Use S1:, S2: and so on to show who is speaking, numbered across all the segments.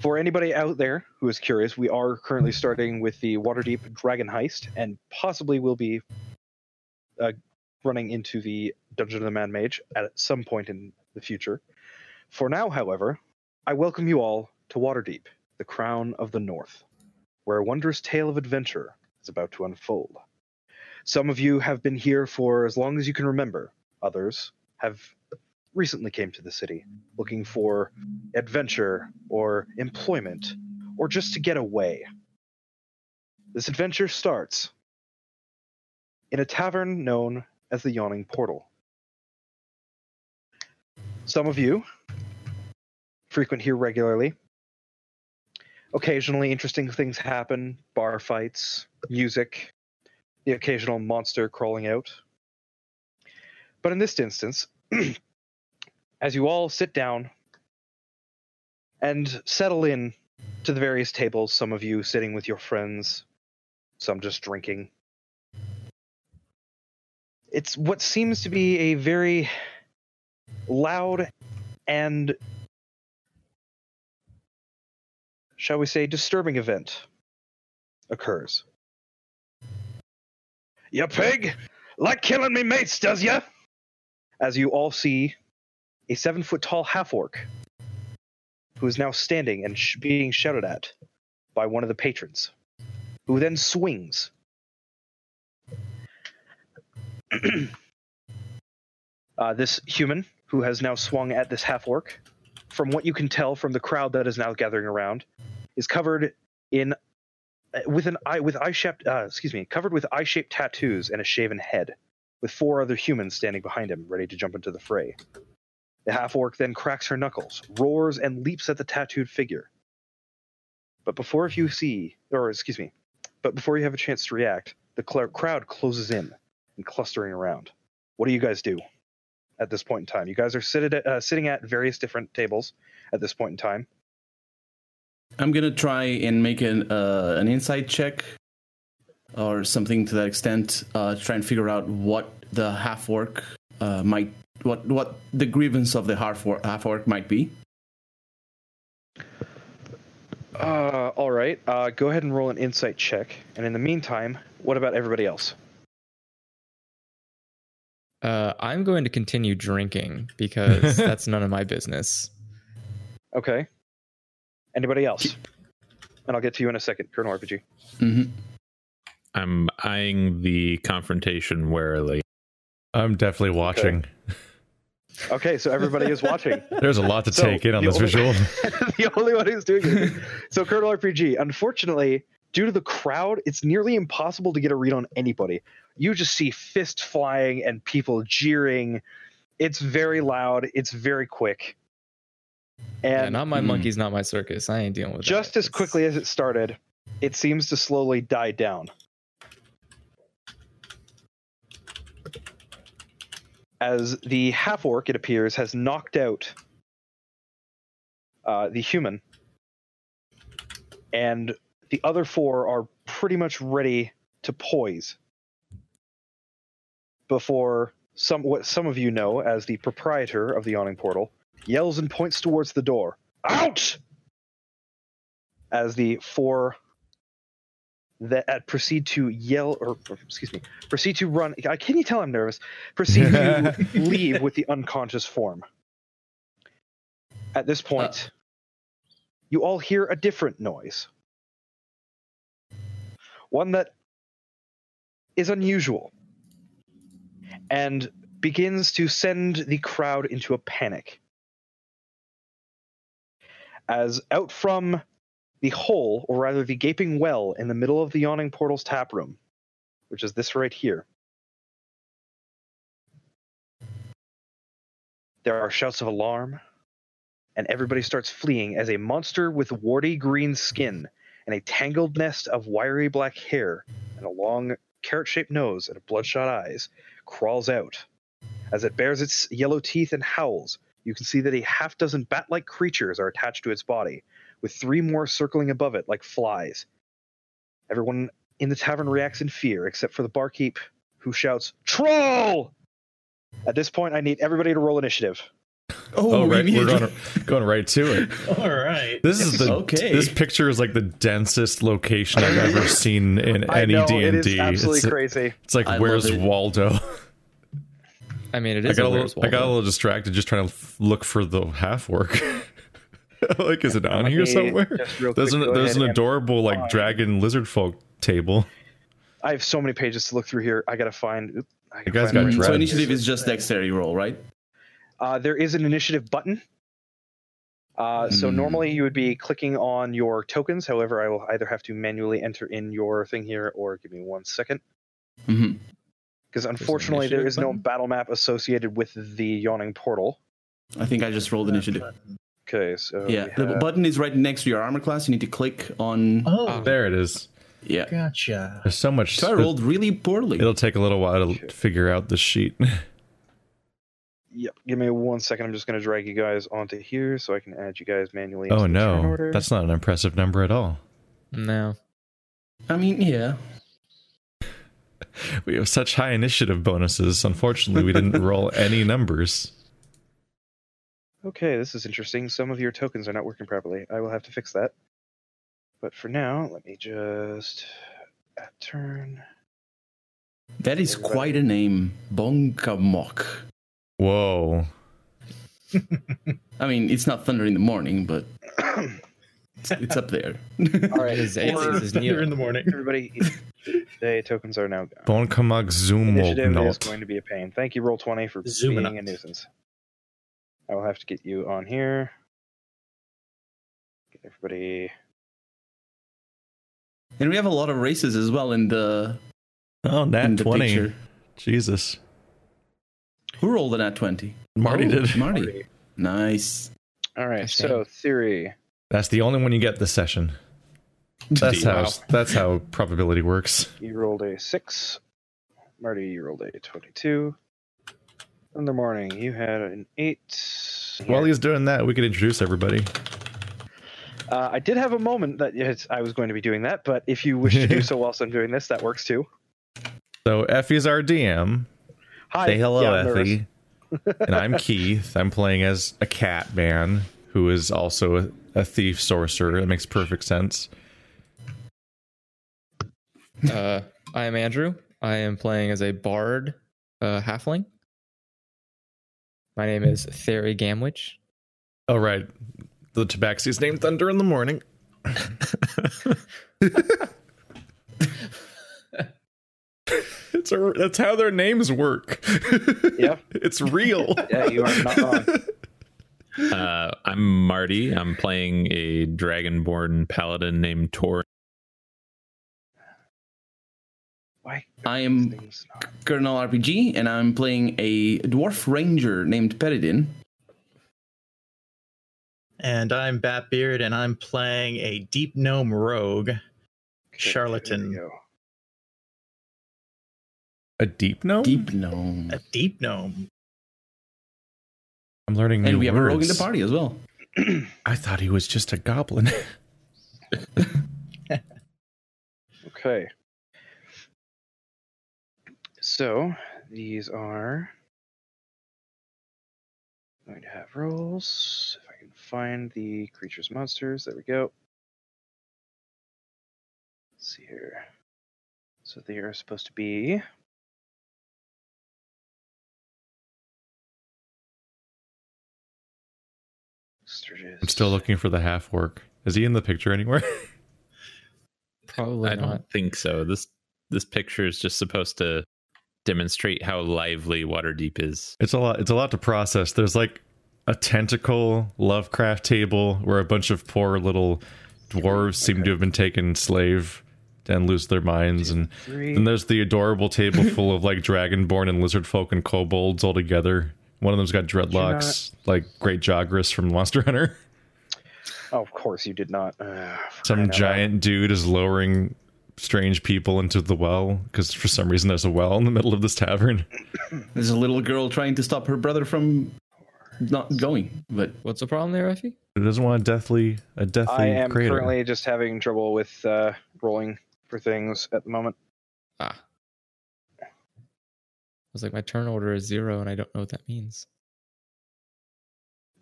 S1: for anybody out there who is curious, we are currently starting with the Waterdeep Dragon Heist, and possibly will be uh, running into the Dungeon of the Man Mage at some point in the future. For now, however, I welcome you all to Waterdeep, the crown of the North, where a wondrous tale of adventure is about to unfold. Some of you have been here for as long as you can remember. Others have recently came to the city looking for adventure or employment or just to get away. This adventure starts in a tavern known as the Yawning Portal. Some of you frequent here regularly. Occasionally, interesting things happen bar fights, music, the occasional monster crawling out. But in this instance, as you all sit down and settle in to the various tables, some of you sitting with your friends, some just drinking. It's what seems to be a very loud and, shall we say, disturbing event occurs. You pig! Like killing me mates, does ya? As you all see a seven foot tall half orc who is now standing and sh- being shouted at by one of the patrons, who then swings. uh, this human who has now swung at this half orc, from what you can tell from the crowd that is now gathering around, is covered in uh, with an eye with eye shaped uh, excuse me covered with eye shaped tattoos and a shaven head, with four other humans standing behind him ready to jump into the fray. The half orc then cracks her knuckles, roars, and leaps at the tattooed figure. But before you see, or excuse me, but before you have a chance to react, the cl- crowd closes in and clustering around. What do you guys do at this point in time? You guys are sit at, uh, sitting at various different tables at this point in time.
S2: I'm gonna try and make an uh, an insight check or something to that extent. Uh, to try and figure out what the half orc uh, might what what the grievance of the half orc, half orc might be.
S1: Uh, all right. Uh, go ahead and roll an insight check. And in the meantime, what about everybody else?
S3: Uh, I'm going to continue drinking because that's none of my business.
S1: Okay. Anybody else? And I'll get to you in a second, Colonel RPG.
S2: hmm
S4: I'm eyeing the confrontation warily.
S5: I'm definitely watching.
S1: Okay, so everybody is watching.
S5: There's a lot to
S1: So,
S5: take in on
S1: the
S5: this
S1: only-
S5: visual.
S1: the only one who's doing it. So Colonel RPG, unfortunately, due to the crowd, it's nearly impossible to get a read on anybody. You just see fists flying and people jeering. It's very loud. It's very quick.
S3: Yeah,
S1: And
S3: not my
S2: Hmm.
S3: monkey's, not my circus. I ain't dealing with
S1: just
S3: that.
S1: as
S3: It's-
S1: quickly as it started, it seems to slowly die down. As the half orc, it appears, has knocked out uh, the human, and the other four are pretty much ready to poise before some what some of you know as the proprietor of the yawning portal yells and points towards the door. Out! as the four that uh, proceed to yell or, or, excuse me proceed to run I can you tell I'm nervous proceed to leave with the unconscious form at this point you all hear a different noise one that is unusual and begins to send the crowd into a panic as out from the hole, or rather the gaping well, in the middle of the yawning portal's tap room, which is this right here. There are shouts of alarm, and everybody starts fleeing as a monster with warty green skin and a tangled nest of wiry black hair and a long carrot shaped nose and bloodshot eyes crawls out. As it bares its yellow teeth and howls, you can see that a half dozen bat like creatures are attached to its body with three more circling above it like flies. Everyone in the tavern reacts in fear, except for the barkeep, who shouts, Troll! At this point, I need everybody to roll initiative.
S5: Oh, right,
S2: we
S5: we're
S2: immediately-
S5: going, going right to it.
S2: All right.
S5: This is the
S2: Okay.
S5: this picture is like the densest location I've ever seen in
S1: I
S5: any
S1: know,
S5: E D
S1: it
S5: and
S1: is
S5: D.
S1: absolutely
S5: It's
S1: crazy.
S5: it's like
S2: I
S5: where's
S2: love it.
S5: Waldo?
S3: I mean, it
S5: I
S3: is.
S5: got
S3: a
S5: a
S3: Where's
S5: little I got a
S3: Waldo.
S5: little distracted just trying to f- look for the half work. like, is it on
S1: Let
S5: here
S1: me
S5: somewhere?
S1: just real
S5: There's
S1: quick
S5: an
S1: go
S5: there's
S1: ahead
S5: an
S1: and-
S5: adorable like
S1: find-
S5: dragon lizard folk table.
S1: I have so many pages to look through here. I gotta find. oop, I gotta
S5: guy's
S1: find where-
S5: got dread.
S2: Mm-hmm. So initiative is just dexterity roll, right?
S1: Uh, there is an initiative button. Uh, so
S2: Hmm.
S1: normally you would be clicking on your tokens. However, I will either have to manually enter in your thing here, or give me one second,
S2: hmm
S1: because unfortunately there
S3: initiative
S1: is no
S3: button?
S1: battle map associated with the yawning portal.
S2: I think I just rolled initiative.
S1: Okay, so
S2: Yeah,
S1: we
S2: the
S1: have-
S2: button is right next to your armor class. You need to click on.
S6: Oh,
S3: Oh.
S5: There it is.
S2: Yeah.
S6: gotcha.
S5: There's so much.
S2: So I rolled really poorly.
S5: It'll take a little while to
S1: Shit.
S5: figure out the sheet.
S1: Yep. Give me one second. I'm just going to drag you guys onto here so I can add you guys manually.
S5: oh
S1: into the turn
S5: no,
S1: order.
S5: that's not an impressive number at all.
S3: No.
S2: I mean, yeah.
S5: We have such high initiative bonuses. Unfortunately, we didn't roll any numbers.
S1: okay. This is interesting. Some of your tokens are not working properly. I will have to fix that. But for now, let me just add turn.
S2: That is quite a name, Bonkamok.
S5: Whoa.
S2: I mean, it's not thunder in the morning, but it's, it's up there.
S1: All right.
S3: His
S1: or-
S3: alias is Neil.
S6: the morning.
S1: Everybody, today tokens are now gone.
S5: Bonkamag
S1: Initiative is going
S5: Zumolknot.
S1: to be a pain. Thank you, Roll20, for
S6: Zooming
S1: being a
S6: up.
S1: nuisance. I will have to get you on here. Get everybody.
S2: And we have a lot of races as well in the,
S5: Oh,
S2: in
S5: nat
S2: the
S5: 20.
S2: picture.
S5: Jesus.
S2: Who rolled an at 20?
S5: Marty
S2: Oh,
S5: did.
S2: Marty. Nice.
S1: All
S3: I
S1: right. So, theory.
S5: That's the only one you get this session. That's how that's how probability works.
S1: You rolled a six. Marty, you rolled a twenty-two. In the morning, you had an eight.
S5: While he's doing that, we could introduce everybody.
S1: uh, I did have a moment that yes, I was going to be doing that, but if you wish to do so whilst I'm doing this, that works too.
S5: So Effie's our DM.
S1: Hi.
S5: Say hello,
S1: Yeah, I'm nervous.
S5: Effie. and I'm Keith. I'm playing as a cat man who is also a, a thief sorcerer. It makes perfect sense.
S3: Uh, I am Andrew. I am playing as a bard uh, halfling. My name is Theri Gamwich.
S5: Oh right, the tabaxi's named Thunder in the morning. it's a, that's how their names work.
S1: Yeah.
S5: it's real.
S1: Yeah, you are not wrong.
S4: Uh, I'm Marty. I'm playing a dragonborn paladin named Tor.
S1: Why?
S2: I am
S1: things not-
S2: Colonel RPG, and I'm playing a dwarf ranger named Peridin.
S6: And I'm Batbeard, and I'm playing a deep gnome rogue.
S1: Okay,
S6: Charlatan.
S1: there we go.
S5: A deep gnome.
S2: Deep gnome.
S6: A deep gnome.
S5: I'm learning new
S2: And we have a rogue in
S5: words.
S2: the party as well.
S5: I thought he was just a goblin.
S1: Okay. So these are going to have rolls. If I can find the creatures, monsters. There we go. Let's see here. So they are supposed to be.
S5: I'm still looking for the half work. Is he in the picture anywhere?
S3: Probably
S4: I
S3: not.
S4: don't think so. This this picture is just supposed to demonstrate how lively Waterdeep is.
S5: It's a lot. It's a lot to process. There's like a tentacle Lovecraft table where a bunch of poor little dwarves seem to have been taken slave and lose their minds, and
S1: Three.
S5: then there's the adorable table full of like dragonborn and lizard folk and kobolds all together. One of them's got dreadlocks, like Great Jogris from Monster Hunter.
S1: Oh, of course you did not. Uh,
S5: Some giant dude is lowering strange people into the well because for some reason there's a well in the middle of this tavern.
S2: There's a little girl trying to stop her brother from not going, but
S3: What's the problem there, Effie?
S5: Who doesn't want a deathly a deathly
S1: I am
S5: crater.
S1: currently just having trouble with uh, rolling for things at the moment.
S3: Ah. I was like, my turn order is zero, and I don't know what that means.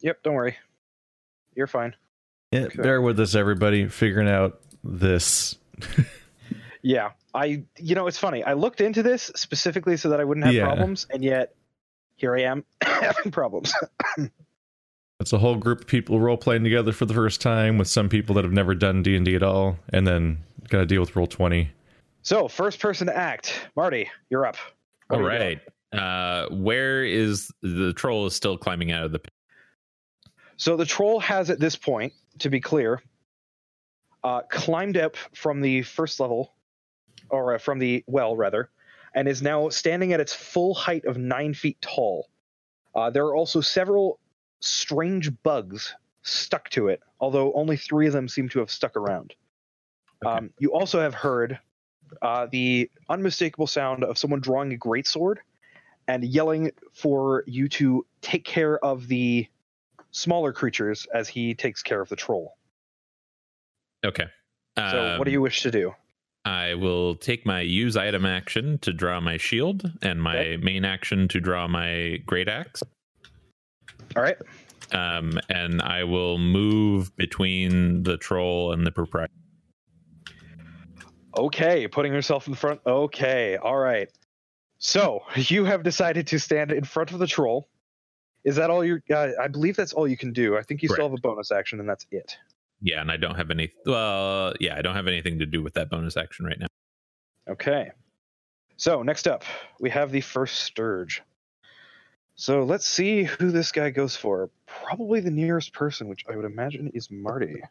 S1: Yep, don't worry. You're fine.
S5: Yeah,
S1: Okay.
S5: Bear with us, everybody, figuring out this.
S1: Yeah. I you know, it's funny. I looked into this specifically so that I wouldn't have
S5: Yeah.
S1: problems, and yet here I am having problems.
S5: It's a whole group of people role playing together for the first time with some people that have never done D and D at all, and then got to deal with roll twenty.
S1: So, first person to act. Marty, you're up. What
S4: All
S1: are you
S4: right. Uh, where is the troll is still climbing out of the pit?
S1: So the troll has at this point, to be clear, uh, climbed up from the first level, or uh, from the well rather, and is now standing at its full height of nine feet tall. Uh, there are also several strange bugs stuck to it, although only three of them seem to have stuck around.
S4: Okay.
S1: Um, you also have heard uh, the unmistakable sound of someone drawing a greatsword and yelling for you to take care of the smaller creatures as he takes care of the troll.
S4: Okay.
S1: So, what do
S4: Um,
S1: you wish to do?
S4: I will take my use item action to draw my shield and my
S1: Okay.
S4: main action to draw my great axe.
S1: All right.
S4: Um, and I will move between the troll and the proprietor.
S1: Okay, putting yourself in front. Okay, all right. So you have decided to stand in front of the troll. Is that all you? Uh, I believe that's all you can do. I think you still have a bonus action, and that's it.
S4: Yeah, and I don't have any. Well, yeah, I don't have anything to do with that bonus action right now.
S1: Okay. So next up, we have the first Sturge. So let's see who this guy goes for. Probably the nearest person, which I would imagine is Marty.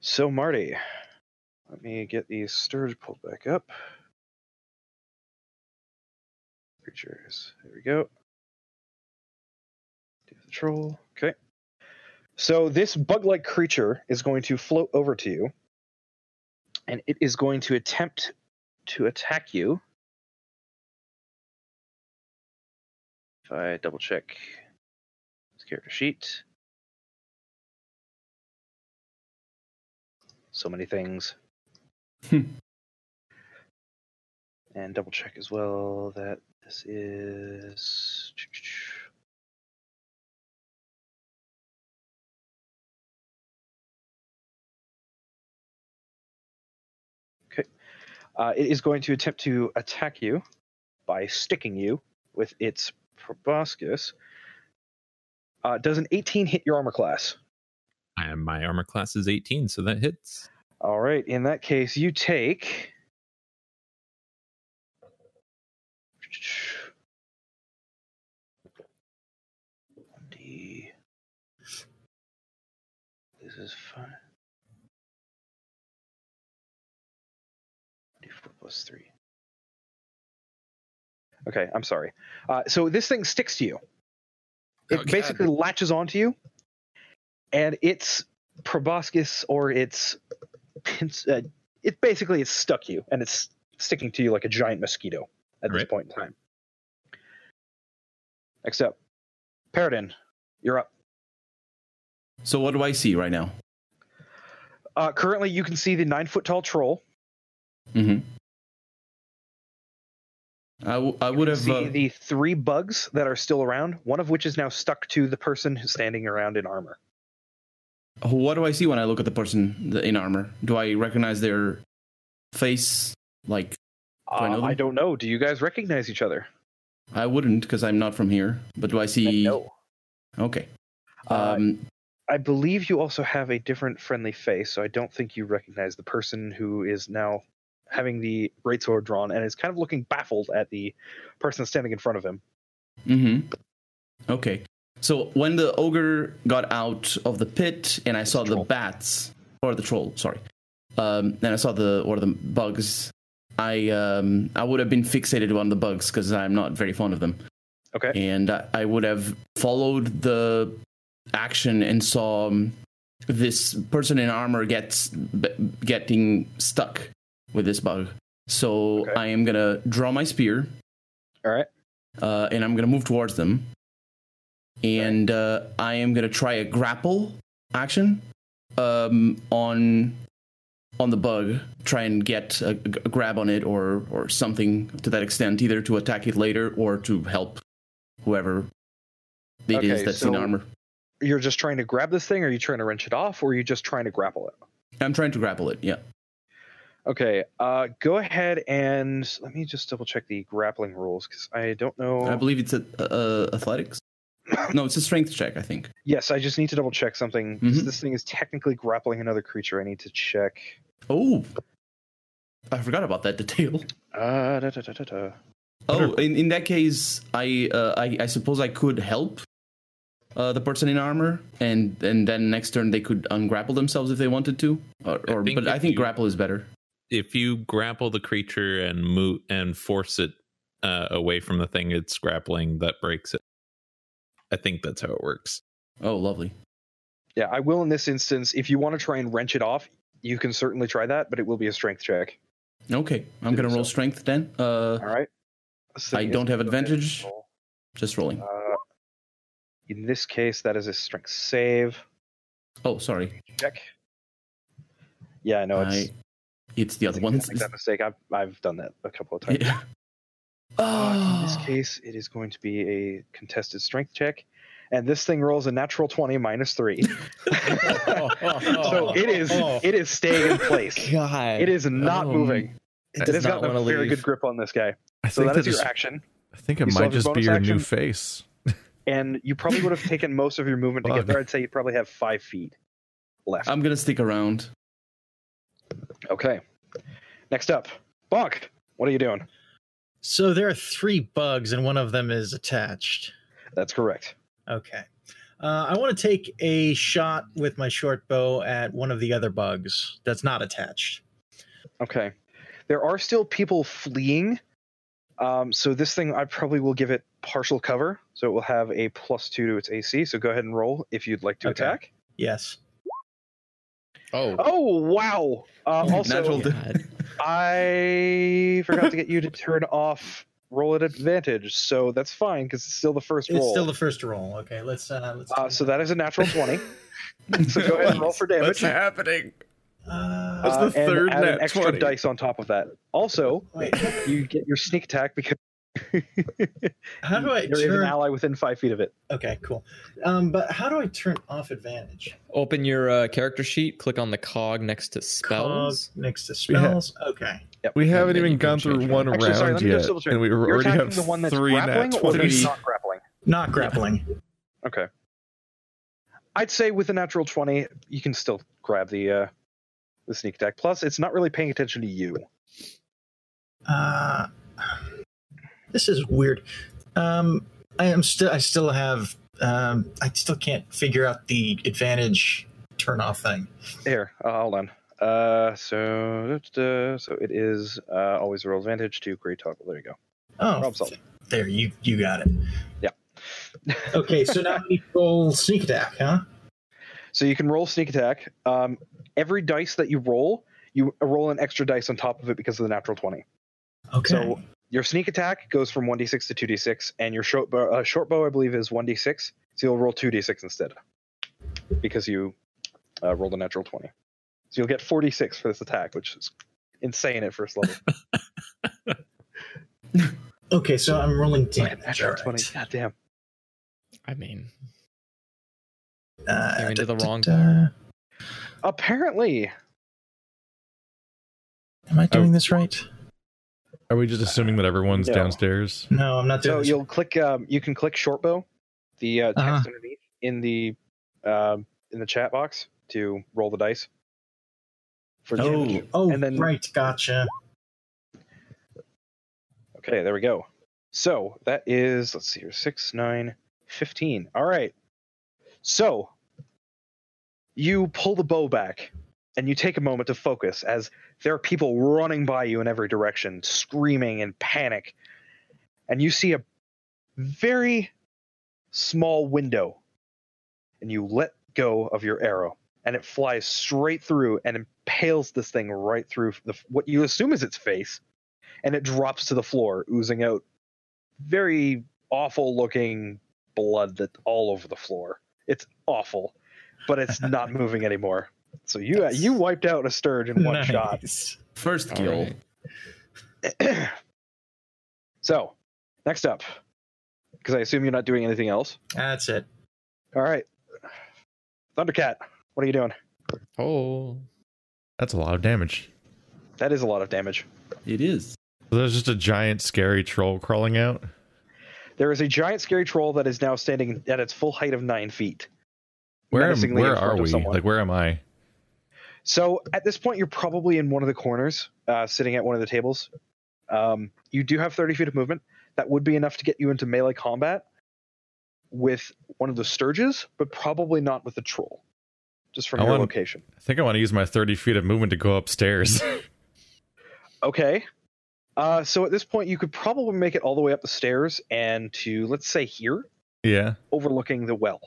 S1: So Marty, let me get the Sturge pulled back up. Creatures. There we go. Do the troll. Okay. So this bug-like creature is going to float over to you and it is going to attempt to attack you. If I double check this character sheet, so many things.
S2: Hmm.
S1: and double check as well that this is. Uh, it is going to attempt to attack you by sticking you with its proboscis. Uh, does an 18 hit your armor class?
S4: I am, my armor class is 18, so that hits.
S1: All right. In that case, you take. D. This is fun. D4 plus three. Okay, I'm sorry. Uh, so this thing sticks to you. It basically latches onto you, and its proboscis or its it's, uh, it basically it's stuck you and it's sticking to you like a giant mosquito at this
S4: Right.
S1: point in time. Next up, Paradin, you're up.
S2: So what do I see right now?
S1: Uh, currently, you can see the nine foot tall troll.
S2: Mm-hmm. I, w- I would
S1: You
S2: have.
S1: see
S2: Uh,
S1: the three bugs that are still around, one of which is now stuck to the person who's standing around in armor.
S2: what do I see when I look at the person th- in armor? Do I recognize their face? Like I know
S1: Uh,
S2: them?
S1: I don't know. Do you guys recognize each other?
S2: I wouldn't because I'm not from here. But do I see?
S1: No.
S2: Okay.
S1: Uh,
S2: Um,
S1: I believe you also have a different friendly face, so I don't think you recognize the person who is now having the greatsword drawn and is kind of looking baffled at the person standing in front of him.
S2: hmm Okay. So when the ogre got out of the pit and I saw the
S1: troll.
S2: bats or the troll, sorry, um, and I saw the or the bugs, I um, I would have been fixated on the bugs because I'm not very fond of them,
S1: Okay.
S2: and I, I would have followed the action and saw um, this person in armor gets b- getting stuck with this bug. So
S1: Okay.
S2: I am gonna draw my spear
S1: All right.
S2: uh, and I'm going to move towards them. And uh, I am going to try a grapple action um, on on the bug. Try and get a, g- a grab on it or or something to that extent, either to attack it later or to help whoever It is
S1: Okay,
S2: that's
S1: so-
S2: in armor.
S1: You're just trying to grab this thing, or are you trying to wrench it off, or are you just trying to grapple it?
S2: I'm trying to grapple it. Yeah.
S1: Okay, uh, go ahead and let me just double check the grappling rules because I don't know.
S2: I believe it's a, uh, athletics. No, it's a strength check. I think.
S1: yes, I just need to double check something. 'cause
S2: Mhm.
S1: This thing is technically grappling another creature. I need to check.
S2: Oh, I forgot about that detail.
S1: Uh, da, da, da, da, da.
S2: Oh, in, in that case, I, uh, I I suppose I could help uh, the person in armor, and and then next turn they could ungrapple themselves if they wanted to. Or,
S4: I
S2: or
S4: think
S2: but
S4: if
S2: I think
S4: you-
S2: grapple is better.
S4: If you grapple the creature and move and force it uh, away from the thing it's grappling, that breaks it. I think that's how it works.
S2: Oh, lovely.
S1: Yeah, I will in this instance. If you want to try and wrench it off, you can certainly try that, but it will be a strength check.
S2: Okay, I'm gonna roll strength then.
S1: All
S2: Uh,
S1: right. This
S2: I
S1: thing is
S2: don't have
S1: okay.
S2: advantage. just rolling.
S1: Uh, in this case, that is a strength save
S2: Oh, sorry.
S1: check. Yeah, I know it's.
S2: I, it's the other
S1: I
S2: one.
S1: make that mistake. I've, I've done that a couple of times.
S2: Yeah.
S1: Uh, in this
S2: Oh,
S1: case, it is going to be a contested strength check, and this thing rolls a natural twenty minus three. so it is
S6: Oh.
S1: it is staying in place.
S3: God.
S1: It is not
S3: Oh,
S1: moving.
S3: It
S1: It
S3: does
S1: has
S3: not
S1: got a
S3: want to
S1: very
S3: leave.
S1: good grip on this guy.
S5: I
S1: So
S5: think
S1: that
S5: that
S1: is
S5: is,
S1: your action,
S5: I think it
S1: You still
S5: might
S1: have your
S5: just be
S1: bonus
S5: your
S1: action?
S5: new face.
S1: and you probably would have taken most of your movement to
S5: Fuck.
S1: get there. I'd say you probably have five feet left.
S2: I'm gonna stick around.
S1: okay. Next up, Bonk. What are you doing?
S6: So there are three bugs, and one of them is attached.
S1: That's correct.
S6: Okay. Uh, I want to take a shot with my short bow at one of the other bugs that's not attached.
S1: Okay. There are still people fleeing. Um, so this thing, I probably will give it partial cover. So it will have a plus two to its AC. So go ahead and roll if you'd like to
S6: Okay.
S1: attack.
S6: Yes.
S3: Oh.
S1: Oh, wow. Uh, also,
S4: Oh,
S2: Natural-
S3: God.
S1: I forgot to get you to turn off roll at advantage. So that's fine because it's still the first
S6: It's
S1: roll.
S6: still the first roll. Okay, let's uh, let's.
S1: uh, so that is a natural 20. so go ahead and roll for damage.
S5: happening?
S6: Uh,
S5: That's the
S1: Uh, and
S5: third
S1: add an
S5: nat
S1: extra
S5: 20.
S1: dice on top of that. Also,
S6: wait,
S1: you get your sneak attack because
S6: how do I
S1: there is an
S6: turn?
S1: ally within five feet of it.
S6: Okay, cool. Um, but how do I turn off advantage?
S3: Open your uh, character sheet. Click on the cog next to spells.
S6: Cog next to spells. Okay.
S5: We haven't
S3: then
S5: even
S3: you can
S5: gone through
S3: change
S5: one
S3: it.
S5: round
S1: Actually, sorry, let me
S5: yet,
S1: just double check.
S5: and we
S1: You're
S5: already
S1: attacking
S5: have
S1: the one that's
S5: three nat
S1: grappling or that's
S5: twenties.
S1: not grappling.
S6: Not grappling.
S1: Okay. I'd say with a natural twenty, you can still grab the uh, the sneak attack. Plus, it's not really paying attention to you.
S6: Uh, this is weird. Um, I am still. I still have. Um, I still can't figure out the advantage turn off thing.
S1: Here, uh, hold on. Uh, so da-da-da, so it is uh, always a roll advantage to great toggle. There you go.
S6: Oh,
S1: Problem solved.
S6: there you you got it.
S1: Yeah.
S6: okay, so now we roll sneak attack, huh?
S1: So you can roll sneak attack. Um, every dice that you roll, you roll an extra dice on top of it because of the natural twenty.
S6: Okay.
S1: So your sneak attack goes from 1d6 to 2d6, and your short bow, uh, short bow I believe, is 1d6. So you'll roll 2d6 instead because you uh, rolled a natural 20. So you'll get 46 for this attack, which is insane at first level.
S6: okay, so I'm rolling
S1: Man,
S6: damage.
S1: natural
S6: All
S1: 20.
S6: right.
S1: God damn.
S3: I mean,
S6: Uh,
S3: Came into the
S6: da- da-
S3: wrong
S6: da.
S3: bar.
S1: Apparently,
S6: Am I
S1: Oh.
S6: doing this right?
S5: Are we just assuming that everyone's
S1: No.
S5: downstairs?
S6: No, I'm not doing.
S1: so
S6: this
S1: you'll click. Um, you can click short bow, the uh, text
S6: Uh-huh.
S1: underneath in the um, in the chat box to roll the dice for damage.
S2: Oh,
S6: Oh,
S1: and then-
S6: right, gotcha.
S1: Okay, there we go. So that is, let's see here, 6, 9, 15. All right. So you pull the bow back and you take a moment to focus as there are people running by you in every direction, screaming in panic. And you see a very small window and you let go of your arrow and it flies straight through and impales this thing right through the, what you assume is its face and it drops to the floor, oozing out very awful looking blood that all over the floor. It's awful, but it's not moving anymore. So you
S3: That's-
S1: you wiped out a sturge in one shot.
S6: Nice.
S2: First
S3: all
S2: kill.
S3: right.
S1: so next up, Because I assume you're not doing anything else.
S6: That's it.
S1: All right. Thundercat, what are you doing?
S3: Oh.
S5: That's a lot of damage.
S1: That is a lot of damage.
S2: It is.
S5: So there's just a giant scary troll crawling out.
S1: There is a giant scary troll that is now standing at its full height of nine feet.
S5: Where am,
S1: Menacingly in
S5: where
S1: front
S5: are
S1: of
S5: we?
S1: someone.
S5: Like where am I?
S1: So at this point, you're probably in one of the corners, uh, sitting at one of the tables. Um, you do have 30 feet of movement. That would be enough to get you into melee combat with one of the Sturges, but probably not with the troll, just from
S5: I
S1: your
S5: want-
S1: location.
S5: I think I want to use my 30 feet of movement to go upstairs.
S1: Okay. Uh, so at this point, you could probably make it all the way up the stairs and to, let's say, here,
S5: yeah.
S1: overlooking the well.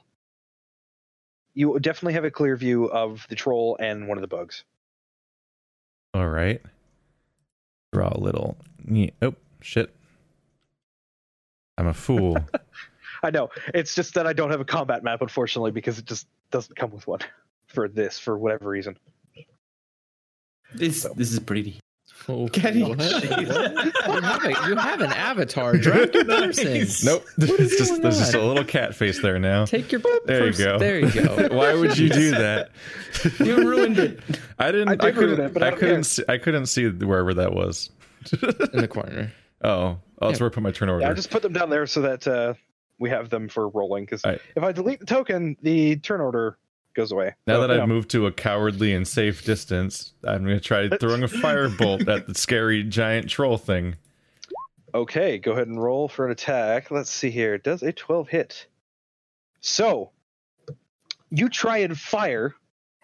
S1: You definitely have a clear view of the troll and one of the bugs.
S5: All right. Draw a little. Yeah. Oh, shit. I'm a fool.
S1: I know. It's just that I don't have a combat map, unfortunately, because it just doesn't come with one for this, for whatever reason.
S2: This this is pretty.
S3: oh
S2: Kenny.
S3: what? you, have a, you have an avatar, Drunken Person.
S5: nope. It's just,
S3: going
S5: there's
S3: on?
S5: just a little cat face there now.
S3: Take your.
S5: There you
S3: pers-
S5: go.
S3: There you go.
S5: Why would you do that?
S2: You ruined it.
S5: I didn't.
S1: I
S5: I,
S1: did ruin
S5: couldn't.
S1: it, but I
S5: I,
S1: don't care.
S5: couldn't. See, I couldn't see wherever that was.
S3: In the corner.
S5: Oh, oh, that's where I put my turn order.
S1: Yeah, I just put them down there so that uh, we have them for rolling. Because
S5: Alright.
S1: if I delete the token, the turn order goes away.
S5: now
S1: So,
S5: that
S1: you
S5: I've
S1: know.
S5: moved to a cowardly and safe distance, I'm going to try throwing a firebolt at the scary giant troll thing.
S1: Okay, go ahead and roll for an attack. Let's see here. Does a 12 hit? So, you try and fire,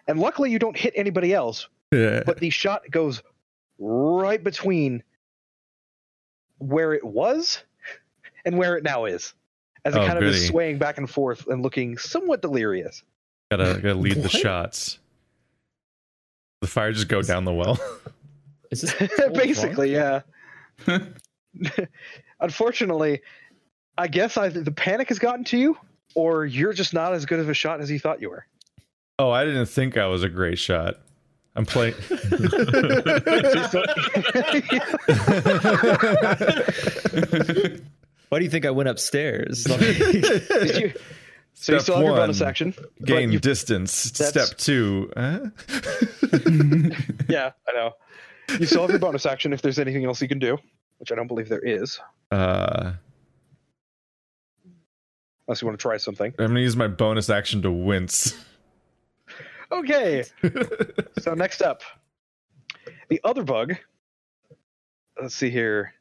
S1: and luckily you don't hit anybody else,
S5: Yeah.
S1: but the shot goes right between where it was and where it now is. As it
S5: Oh,
S1: kind of is
S5: goody.
S1: swaying back and forth and looking somewhat delirious.
S5: Gotta gotta lead the
S3: What?
S5: shots. The fire just go down the well.
S3: Is this
S1: Basically, yeah. Unfortunately, I guess either the panic has gotten to you, or you're just not as good of a shot as you thought you were.
S5: Oh, I didn't think I was a great shot. I'm playing.
S3: Why do you think I went upstairs?
S1: Did you- so you
S5: Step
S1: still have your bonus
S5: one,
S1: action. but
S5: Gain
S1: you-
S5: distance.
S1: that's-
S5: Step two. Huh?
S1: yeah, I know. You still have your bonus action if there's anything else you can do, which I don't believe there is,
S5: Uh,
S1: unless you want to try something.
S5: I'm gonna use my bonus action to wince.
S1: Okay. so next up, the other bug. Let's see here.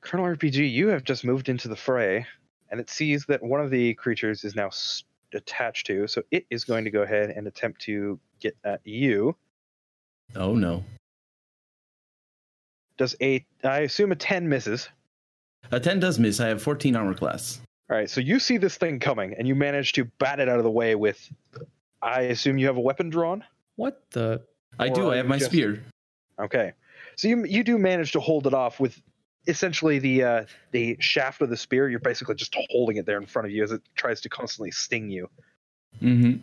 S1: Colonel RPG, you have just moved into the fray, and it sees that one of the creatures is now s- attached to, so it is going to go ahead and attempt to get at you.
S2: Oh no.
S1: Does a I assume a ten misses.
S2: A ten does miss. I have 14 armor class.
S1: All right, so you see this thing coming, and you manage to bat it out of the way with. I assume you have a weapon drawn.
S3: what the?
S2: I
S1: Or
S2: do.
S1: are
S2: I have
S1: you
S2: my
S1: just-
S2: spear.
S1: Okay, so you you do manage to hold it off with essentially the uh, the shaft of the spear. You're basically just holding it there in front of you as it tries to constantly sting you.
S2: hmm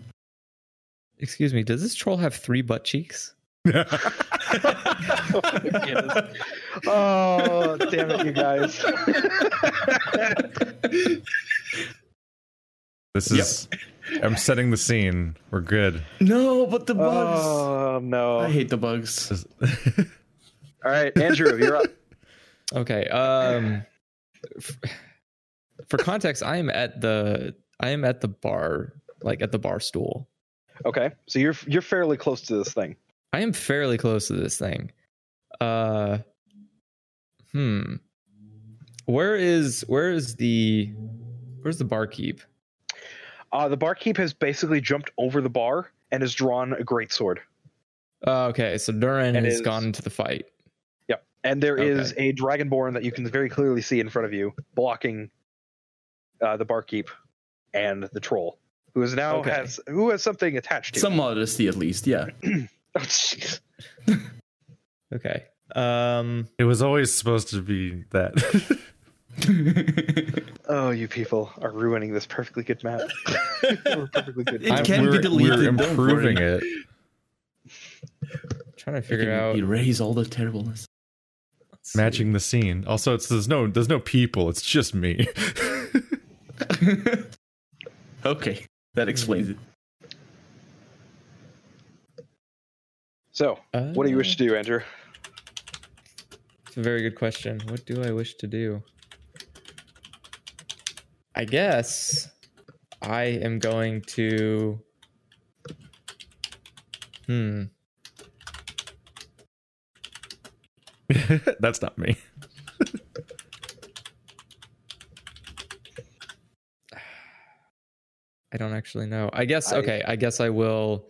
S3: Excuse me. Does this troll have three butt cheeks?
S1: Oh damn it, you guys!
S5: This is. I'm setting the scene. We're good.
S2: No, but the bugs.
S1: oh
S2: I
S1: no!
S2: hate the bugs.
S5: This-
S1: All right, Andrew, you're up.
S3: Okay. Um, f- for context, I am at the I am at the bar, like at the bar stool.
S1: Okay, so you're you're fairly close to this thing.
S3: I am fairly close to this thing. Uh, hmm. Where is where is the where's the barkeep?
S1: Uh, the barkeep has basically jumped over the bar and has drawn a great sword.
S3: Uh, okay, so Durin
S1: It
S3: has
S1: is-
S3: gone into the fight.
S1: And there is
S3: Okay.
S1: a dragonborn that you can very clearly see in front of you, blocking uh, the barkeep and the troll, who is now
S3: Okay.
S1: has who has something attached to.
S2: Some modesty, at least. Yeah.
S1: Oh, jeez.
S3: Okay. Um.
S5: it was always supposed to be that.
S2: it
S1: oh, you people are ruining this perfectly good map. We're perfectly good.
S2: It
S1: map.
S2: can be
S5: we're,
S2: deleted,
S5: We're
S2: don't worry.
S5: improving it.
S3: Trying to
S2: can
S3: figure out.
S2: erase all the terribleness.
S3: let's see.
S5: Matching the scene. Also, it's there's no there's no people. It's just me.
S2: okay, that explains it.
S1: So,
S3: uh,
S1: what do you wish to do, Andrew?
S3: It's a very good question. What do I wish to do? I guess I am going to. Hmm.
S5: That's not me.
S3: I don't actually know. I guess okay. I guess I will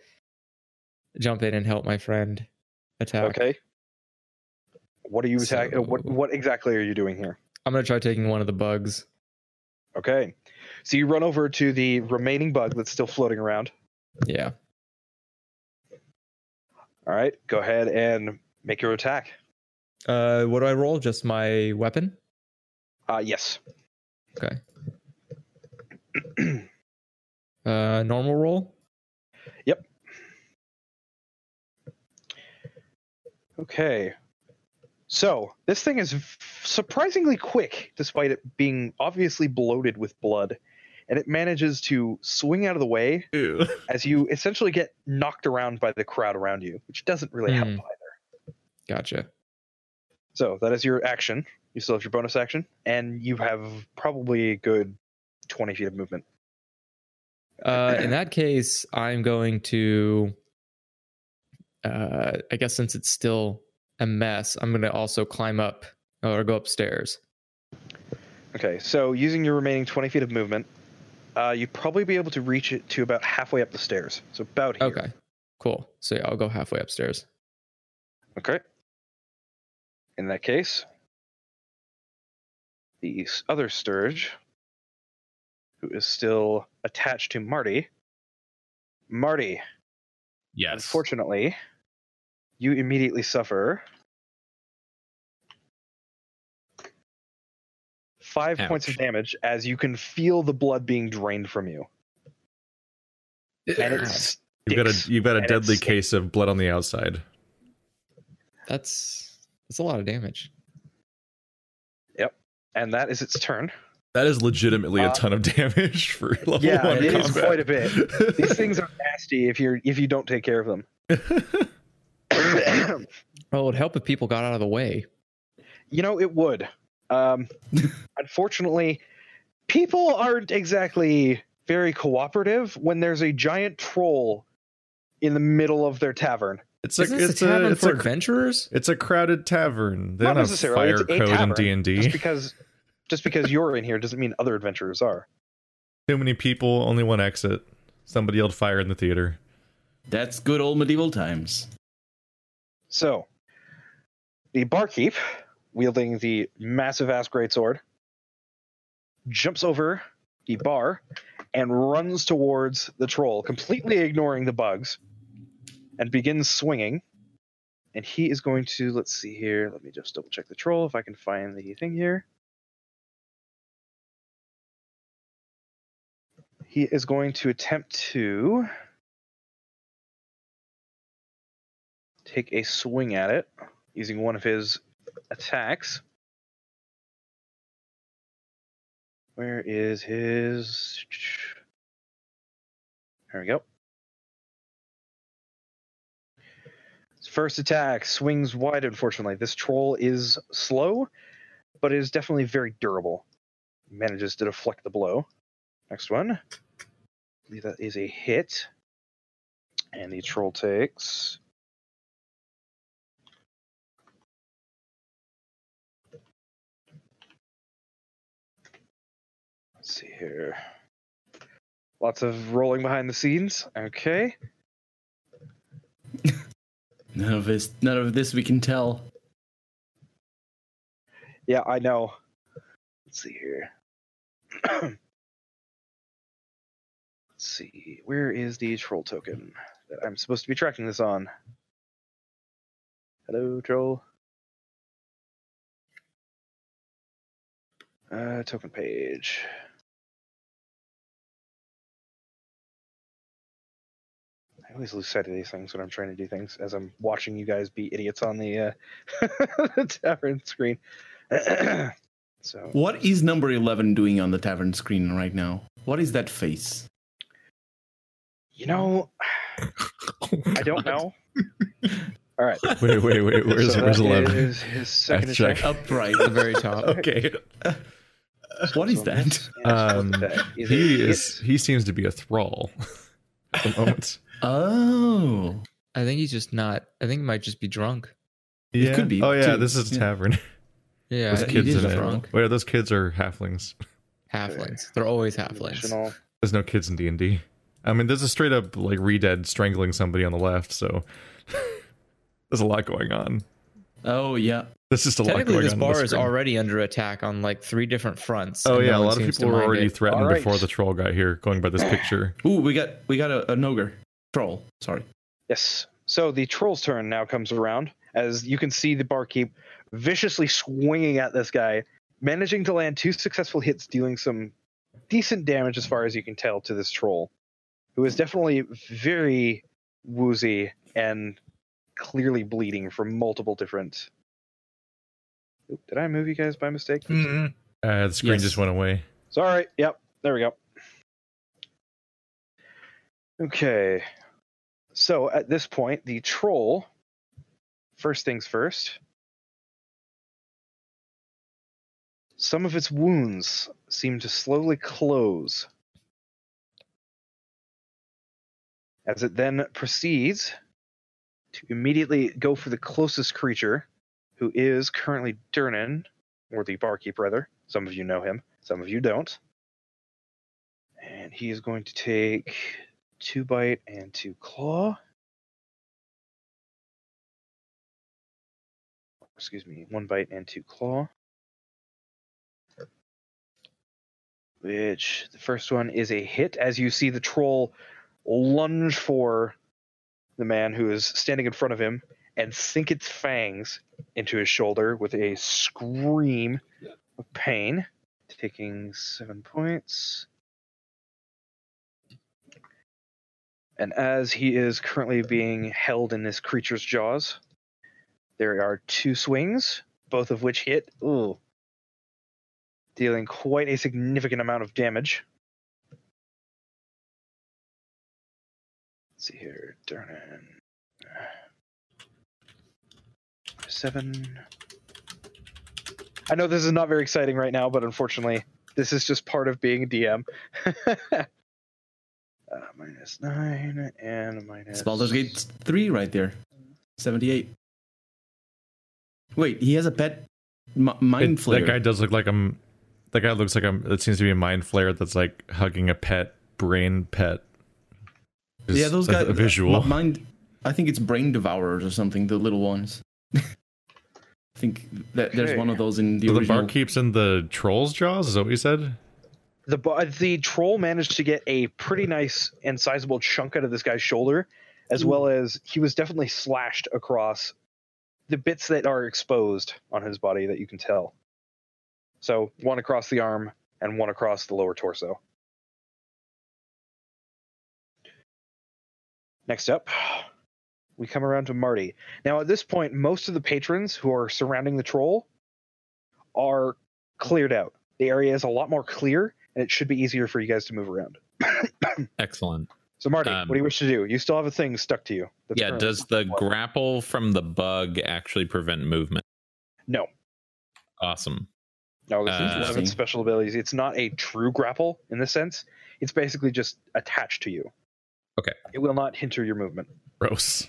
S3: jump in and help my friend attack.
S1: Okay. What are you attack- uh, what
S3: So-
S1: what exactly are you doing here?
S3: I'm gonna try taking one of the bugs.
S1: Okay. So you run over to the remaining bug that's still floating around.
S3: Yeah.
S1: All right. Go ahead and make your attack.
S3: Uh, what do I roll? Just my weapon.
S1: Uh yes.
S3: Okay. uh, normal roll.
S1: Okay. So, this thing is f- surprisingly quick despite it being obviously bloated with blood, and it manages to swing out of the way
S4: Ew.
S1: as you essentially get knocked around by the crowd around you, which doesn't really help
S3: Hmm.
S1: either.
S3: Gotcha.
S1: So that is your action. You still have your bonus action, and you have probably a good 20 feet of movement.
S3: Uh, in that case, I'm going to. Uh, I guess since it's still a mess, I'm gonna also climb up uh, or go upstairs.
S1: Okay, so using your remaining 20 feet of movement, uh, you'd probably be able to reach it to about halfway up the stairs. So about here.
S3: Okay. Cool. So yeah, I'll go halfway upstairs.
S1: Okay. In that case, the s- other Sturge, who is still attached to Marty, Marty,
S4: Yes.
S1: Unfortunately, you immediately suffer five points of
S4: Ouch.
S1: damage as you can feel the blood being drained from you. And it's
S5: You've got
S1: Dicks.
S5: a you've got a
S1: And it
S5: deadly
S1: stinks.
S5: case of blood on the outside.
S3: That's that's a lot of damage.
S1: and that is its turn.
S5: That is legitimately a
S1: Uh,
S5: ton of damage for level
S1: yeah,
S5: one
S1: it is
S5: combat.
S1: quite a bit. These things are nasty if you're if you don't take care of them.
S3: Oh, it would help if people got out of the way.
S1: you know, it would. Um, unfortunately, people aren't exactly very cooperative when there's a giant troll in the middle of their tavern.
S5: it's
S3: Is
S5: a
S3: this
S5: it's
S3: a
S5: a,
S3: tavern
S5: it's
S3: for
S5: a cr-
S3: adventurers?
S5: it's a crowded tavern. They
S1: Not
S5: don't have
S1: necessarily,
S5: fire
S1: it's a
S5: code
S1: tavern.
S5: in D
S1: Just
S5: and D.
S1: because just because you're in here doesn't mean other adventurers are.
S5: Too many people, only one exit. Somebody yelled fire in the theater.
S2: That's good old medieval times.
S1: So, the barkeep, wielding the massive ass greatsword, jumps over the bar and runs towards the troll, completely ignoring the bugs, and begins swinging. And he is going to, let's see here, let me just double check the troll if I can find the thing here. He is going to attempt to take a swing at it using one of his attacks. Where is his? There we go. His first attack swings wide, unfortunately. This troll is slow, but is definitely very durable. Manages to deflect the blow. Next one. I believe that is a hit. And the troll takes Let's see here. Lots of rolling behind the scenes. Okay.
S2: None of this, none of this we can tell.
S1: Yeah, I know. Let's see here. Let's see. Where is the troll token that I'm supposed to be tracking this on? Hello, troll. Uh, token page. I always lose sight of these things when I'm trying to do things, as I'm watching you guys be idiots on the, uh, the tavern screen. So
S2: What is number 11 doing on the tavern screen right now? What is that face?
S1: you know, I don't know. All right.
S5: Wait, wait, wait. Where's
S1: so
S5: where's
S1: that
S5: eleven?
S1: is his second
S5: check.
S1: attack.
S2: Upright.
S3: At the very top.
S5: Okay.
S2: Uh, What is that?
S5: Um,
S1: is
S5: He is. He seems to be a thrall at the moment.
S2: Oh.
S3: I think he's just not. I think he might just be drunk.
S5: Yeah.
S2: could be,
S5: Oh yeah,
S2: too.
S5: this is a
S2: Yeah.
S5: tavern.
S3: Yeah,
S2: Was
S3: I
S2: it-
S3: think
S2: he
S3: he's
S2: is
S3: just
S2: a
S3: drunk.
S5: Wait, those kids are halflings.
S3: Halflings. They're always halflings.
S1: Emotional.
S5: There's no kids in D and D. I mean, there's a straight up like Redead strangling somebody on the left. So there's a lot going on.
S2: Oh, yeah.
S5: There's just a lot
S3: Technically,
S5: going
S3: this
S5: on. on
S3: bar
S5: the
S3: is
S5: screen.
S3: already under attack on like three different fronts.
S5: Oh
S3: and
S5: yeah,
S3: no
S5: a
S3: one
S5: lot of
S3: seems to
S5: people were
S3: mind
S5: already
S3: it.
S5: threatened
S1: All right.
S5: before the troll got here. Going by this picture.
S2: Ooh, we got we got a, an ogre. Troll. Sorry.
S1: Yes. So the troll's turn now comes around as you can see the barkeep viciously swinging at this guy, managing to land two successful hits, dealing some decent damage as far as you can tell to this troll, who is definitely very woozy and clearly bleeding from multiple different. Oop, Did I move you guys by mistake?
S6: Mhm.
S5: Uh, the screen
S2: Yes.
S5: just went away.
S1: Sorry. Yep. There we go. Okay. So at this point, the troll, first things first, some of its wounds seem to slowly close as it then proceeds to immediately go for the closest creature, who is currently Durnan, or the barkeep rather. Some of you know him, some of you don't. And he is going to take two bite and two claw. Excuse me, one bite and two claw. Which the first one is a hit as you see the troll lunge for the man who is standing in front of him and sink its fangs into his shoulder with a scream of pain, taking seven points. And as he is currently being held in this creature's jaws, there are two swings, both of which hit, ooh, dealing quite a significant amount of damage. Let's see here, Durnan. Seven. I know this is not very exciting right now, but unfortunately, this is just part of being a DM. uh, minus nine and a minus.
S2: It's Baldur's Gate 3 right there. 78. Wait, he has a pet m- mind
S5: It-
S2: flayer.
S5: That guy does look like I'm. That guy looks like I'm. It seems to be a mind flare that's like hugging a pet brain pet.
S2: yeah,
S5: Is
S2: those
S5: a-
S2: guys.
S5: A visual.
S2: m- mind, I think it's brain devourers or something, the little ones. I think that there's
S1: Okay.
S2: one of those in the
S5: So the
S2: original.
S5: barkeep's in the troll's jaws. Is that what you said?
S1: The bo- uh, the troll managed to get a pretty nice and sizable chunk out of this guy's shoulder, as well as he was definitely slashed across the bits that are exposed on his body that you can tell. So one across the arm and one across the lower torso. Next up, we come around to Marty. Now at this point, most of the patrons who are surrounding the troll are cleared out the area is a lot more clear and it should be easier for you guys to move around.
S4: Excellent.
S1: So, Marty,
S4: Um,
S1: what do you wish to do? You still have a thing stuck to you. that's
S4: yeah,
S1: currently-
S4: does the grapple from the bug actually prevent movement?
S1: No.
S4: Awesome.
S1: No, this
S4: uh,
S1: is one of
S2: Interesting.
S1: its special abilities. It's not a true grapple in this sense. It's basically just attached to you.
S4: Okay.
S1: It will not hinder your movement.
S5: Gross.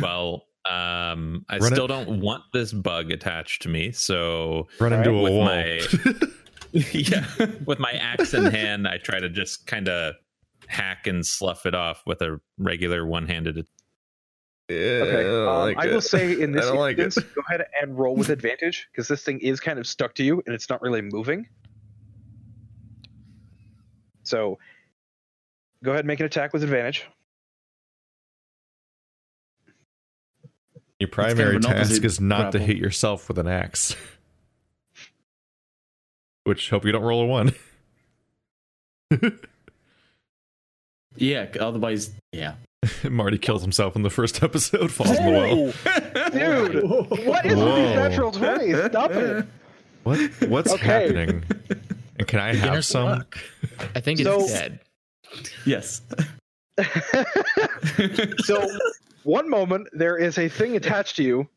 S4: Well, um I
S5: Run it.
S4: still don't want this bug attached to me, so
S5: Run
S1: All
S5: into
S1: right,
S5: a
S4: with
S5: wall.
S4: my yeah, with my axe in hand, I try to just kind of hack and slough it off with a regular one-handed.
S1: Okay. um, I will say in this instance, go ahead and roll with advantage because this thing is kind of stuck to you and it's not really moving. So, go ahead and make an attack with advantage.
S5: Your
S2: kind of
S5: primary
S2: an
S5: task
S2: opposite
S5: is not to
S2: grapple.
S5: hit yourself with an axe. Which hope you don't roll a one.
S2: Yeah, otherwise, yeah.
S5: Marty kills himself in the first episode, falls in the well.
S1: Dude, what is with
S5: Whoa.
S1: these natural 20s? Stop it.
S5: What what's
S1: Okay.
S5: happening? And can I have
S6: Beginner's
S5: some?
S6: luck.
S3: I think it's
S1: So-
S3: dead.
S2: Yes.
S1: so one moment there is a thing attached to you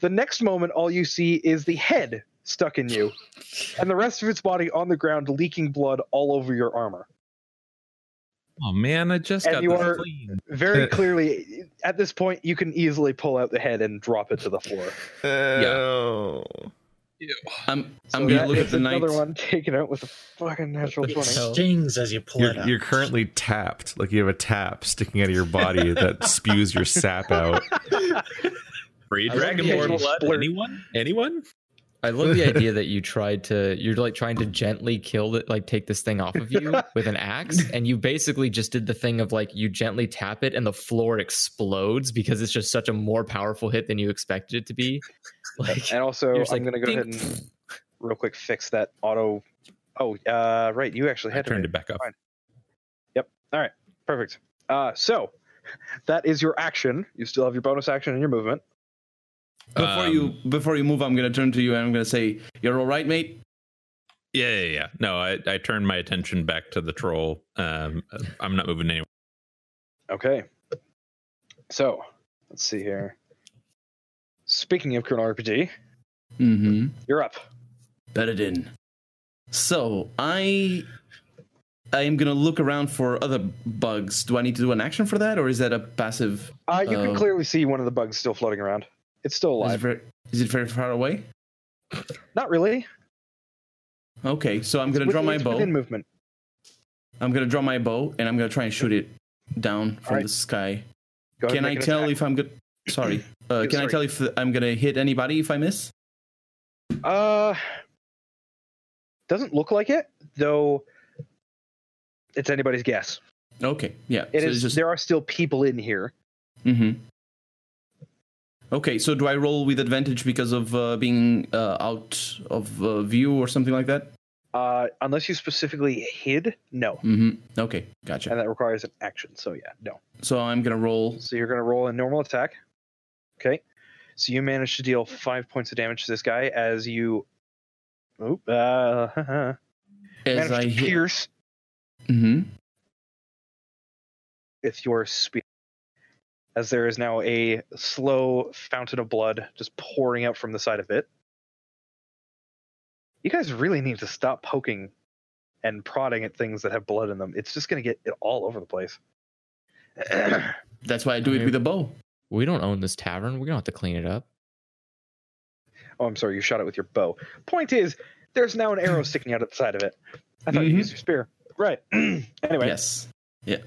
S1: the next moment all you see is the head stuck in you and the rest of its body on the ground leaking blood all over your armor
S4: Oh man, I just
S1: And
S4: got
S1: you
S4: this
S1: are-
S4: clean.
S1: very clearly at this point you can easily pull out the head and drop it to the floor
S5: Oh.
S2: I'm I'm
S1: So
S2: gonna
S1: that
S2: look at
S1: is
S2: the knight.
S1: another one taken out with a fucking natural
S6: It
S1: 20
S6: stings as you pull it
S5: You're,
S6: out.
S5: you're currently tapped. Like you have a tap sticking out of your body that spews your sap out.
S4: Free
S3: I like the
S4: Dragonborn
S1: occasional
S4: blood.
S1: splurt.
S4: Anyone? Anyone?
S3: I love the idea that you tried to you're like trying to gently kill it, like take this thing off of you with an axe, and you basically just did the thing of like you gently tap it and the floor explodes because it's just such a more powerful hit than you expected it to be. Like
S5: Uh,
S1: and also
S3: you're
S1: i'm
S3: just like,
S1: gonna go ahead
S3: "Ding."
S1: and real quick fix that auto oh uh right you actually
S4: I
S1: had to
S4: turned
S1: make-
S4: it back off.
S1: Fine. Perfect. Uh, so that is your action. You still have your bonus action and your movement.
S2: Before you
S5: Um,
S2: before you move, I'm gonna turn to you and I'm gonna say, "You're all right, mate."
S4: Yeah, yeah, yeah. No, I, I turned my attention back to the troll. Um, I'm not moving anywhere.
S1: Okay. So let's see here. Speaking of Colonel RPG,
S2: Mm-hmm.
S1: you're up.
S2: Bedadin. So I I am gonna look around for other bugs. Do I need to do an action for that, or is that a passive?
S1: Uh, you can
S2: Oh.
S1: clearly see one of the bugs still floating around. It's still
S2: Is it,
S1: alive.
S2: very, is it very far away?
S1: Not really.
S2: Okay, so I'm
S1: It's
S2: gonna draw
S1: within-
S2: my
S1: it's
S2: bow.
S1: Within movement.
S2: I'm gonna draw my bow, and I'm gonna try and shoot it down from
S1: Alright.
S2: the sky.
S1: Go ahead
S2: Can
S1: and
S2: I
S1: make an
S2: tell
S1: attack.
S2: if I'm good? Sorry. Uh,
S1: Yeah,
S2: can I
S1: sorry.
S2: tell if I'm gonna hit anybody if I miss?
S1: Uh, doesn't look like it though. It's anybody's guess.
S2: Okay. Yeah.
S1: It is.
S2: so it's just-
S1: There are still people in here.
S2: Mm-hmm. Okay, so do I roll with advantage because of uh, being uh, out of uh, view or something like that?
S1: Uh, unless you specifically hid, no.
S2: Mm-hmm. Okay, gotcha.
S1: and that requires an action. So yeah, no.
S2: So I'm gonna roll.
S1: So you're gonna roll a normal attack. Okay. So you manage to deal five points of damage to this guy as you, oop, uh,
S2: As
S1: manage
S2: I
S1: to
S2: hit,
S1: pierce
S2: Mhm.
S1: with your spear. As there is now a slow fountain of blood just pouring out from the side of it. You guys really need to stop poking and prodding at things that have blood in them. It's just gonna get it all over the place.
S2: that's why I do it with a bow.
S3: we don't own this tavern. We don't have to clean it up.
S1: Oh, I'm sorry, you shot it with your bow. Point is, there's now an arrow sticking out at the side of it. I thought you
S2: Mhm.
S1: used your spear. Right. anyway,
S2: Yes. Yeah.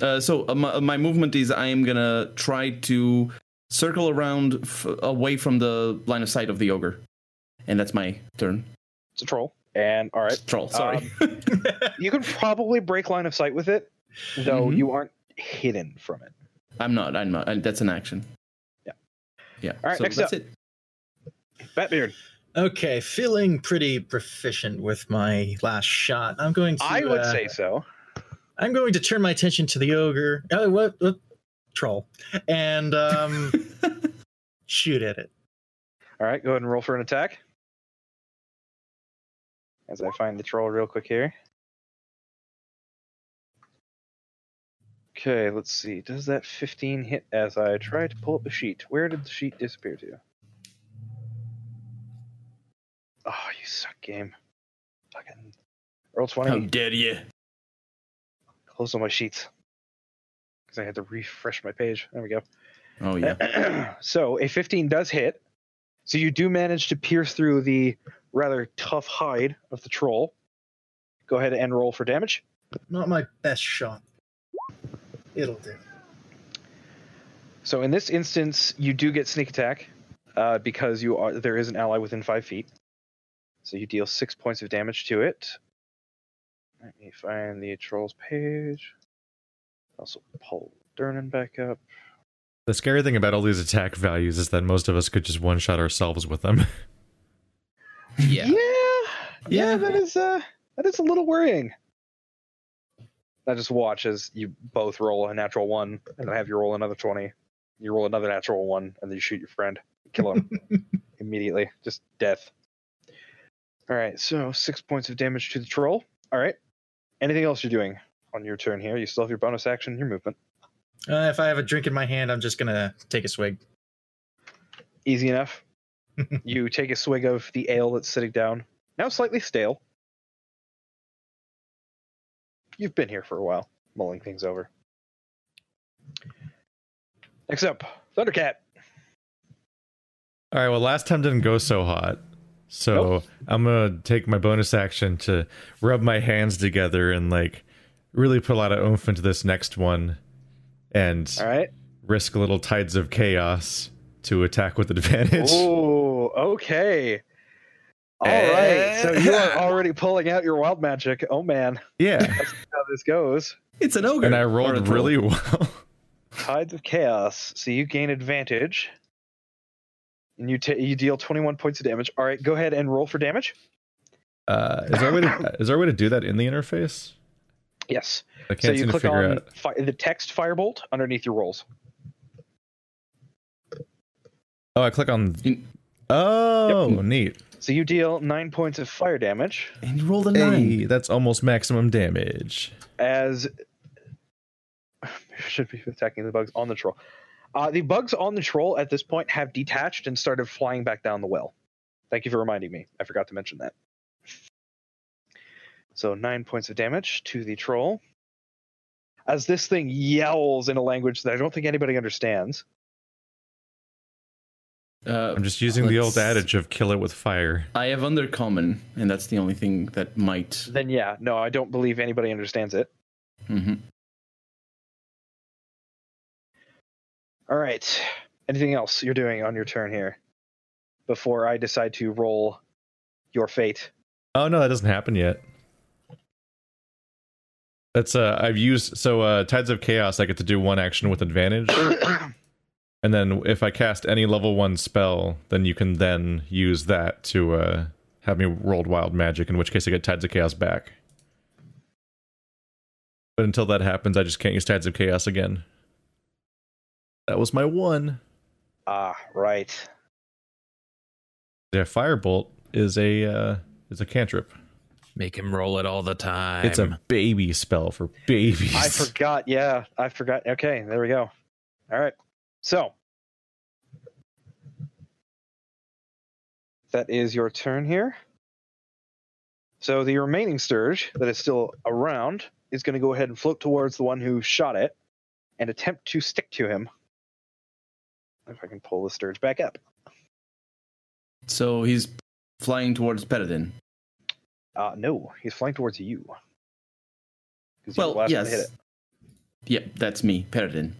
S2: Uh, so uh, my, my movement is I am gonna try to circle around f- away from the line of sight of the ogre, and that's my turn.
S1: it's a troll. And all right, Um,
S2: Troll. Sorry.
S1: you can probably break line of sight with it, though
S2: Mhm.
S1: you aren't hidden from it.
S2: I'm not. I'm not. I, that's an action.
S1: Yeah.
S2: Yeah.
S1: All right,
S2: So
S1: next
S2: that's
S1: up.
S2: it.
S1: Batbeard,
S6: Okay, feeling pretty proficient with my last shot. I'm going to.
S1: I would
S6: uh,
S1: say so.
S6: I'm going to turn my attention to the ogre. Oh, what, what troll? And um, shoot at it.
S1: All right, go ahead and roll for an attack. As I find the troll real quick here. Okay, let's see. Does that 15 hit as I try to pull up the sheet? Where did the sheet disappear to? Oh, you suck, game. Fucking. Roll 20.
S2: How dare you?
S1: Close all my sheets. Because I had to refresh my page. There we go.
S2: Oh yeah.
S1: so a 15 does hit. So you do manage to pierce through the rather tough hide of the troll. Go ahead and roll for damage.
S6: Not my best shot. It'll do.
S1: So in this instance, you do get sneak attack uh, because you are there is an ally within five feet. So you deal six points of damage to it. Let me find the troll's page. Also pull Durnan back up.
S5: The scary thing about all these attack values is that most of us could just one shot ourselves with them.
S3: Yeah.
S1: Yeah. Yeah, that is uh that is a little worrying. I just watch as you both roll a natural one and then have you roll another twenty. You roll another natural one and then you shoot your friend. Kill him immediately. Just death. All right, so six points of damage to the troll. All right. Anything else you're doing on your turn here? You still have your bonus action, your movement.
S6: Uh, if I have a drink in my hand, I'm just gonna take a swig.
S1: Easy enough. you take a swig of the ale that's sitting down, now slightly stale. You've been here for a while, mulling things over. Next up, Thundercat.
S5: All right. Well, last time didn't go so hot, so I'm gonna take my bonus action to rub my hands together and like really put a lot of oomph into this next one, and
S1: All right.
S5: risk little tides of chaos to attack with advantage.
S1: Oh, okay. All right. So you are already pulling out your wild magic. Oh man,
S5: Yeah,
S1: how this goes.
S2: It's an ogre.
S5: and I
S2: Or a
S5: rolled
S2: troll.
S5: really well.
S1: Tides of chaos. So you gain advantage, and you ta you deal twenty one points of damage. All right, go ahead and roll for damage.
S5: Uh, is there a way to is there a way to do that in the interface?
S1: Yes.
S5: I can't
S1: So
S5: seem
S1: you
S5: to
S1: click
S5: figure
S1: on
S5: out.
S1: fi- the text firebolt underneath your rolls.
S5: Oh, I click on.
S2: In-
S5: Oh, neat.
S1: So you deal nine points of fire damage
S2: And you rolled a nine.
S5: Hey, that's almost maximum damage.
S1: as should be attacking the bugs on the troll. Uh, the bugs on the troll at this point have detached and started flying back down the well. Thank you for reminding me. I forgot to mention that. So nine points of damage to the troll. As this thing yowls in a language that I don't think anybody understands.
S2: Uh,
S5: I'm just using the old
S2: let's-
S5: adage of kill it with fire.
S2: I have undercommon, and that's the only thing that might.
S1: Then yeah, no, I don't believe anybody understands it.
S2: Mhm.
S1: All right. Anything else you're doing on your turn here before I decide to roll your fate?
S5: Oh no, that doesn't happen yet. That's uh I've used so uh Tides of Chaos I get to do one action with advantage. and then if I cast any level 1 spell, then you can then use that to uh have me rolled wild magic in which case I get Tides of Chaos back. But until that happens, I just can't use Tides of Chaos again. That was my one.
S1: Ah, right.
S5: Yeah, Firebolt is a uh is a cantrip.
S4: Make him roll it all the time.
S5: It's a baby spell for babies.
S1: I forgot. Yeah, I forgot. Okay, there we go. All right. So that is your turn here. So the remaining Sturge that is still around is going to go ahead and float towards the one who shot it and attempt to stick to him. If I can pull the Sturge back up.
S2: So he's flying towards Peridin.
S1: Uh, no, he's flying towards you. 'Cause you were the
S2: Well,
S1: last one
S2: yes.
S1: to hit it.
S2: Yep, that's me, Peridin.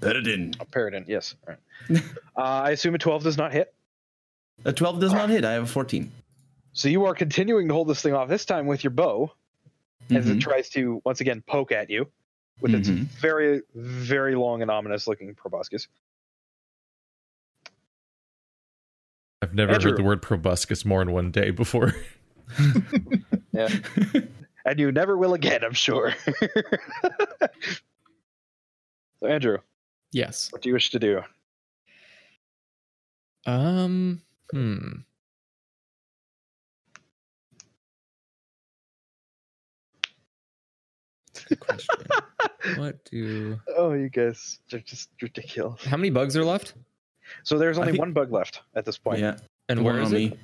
S2: Peridin.
S1: Oh, Paradin, yes. All right. uh, I assume a 12 does not hit.
S2: A 12 does not hit. I have a 14.
S1: So you are continuing to hold this thing off, this time with your bow, as it
S2: Mhm.
S1: tries to once again poke at you with
S2: Mhm.
S1: its very, very long and ominous looking proboscis.
S5: I've never
S1: Andrew.
S5: heard the word proboscis more in one day before.
S1: And you never will again, I'm sure. so, Andrew,
S3: Yes.
S1: what do you wish to do?
S3: Um. Hmm. That's a good question. what do?
S1: Oh, you guys are just ridiculous.
S3: How many bugs are left?
S1: So there's
S2: I
S1: only
S2: think-
S1: one bug left at this point.
S2: Yeah.
S3: And
S2: the
S3: where
S2: one
S3: is
S2: on
S3: it?
S2: me.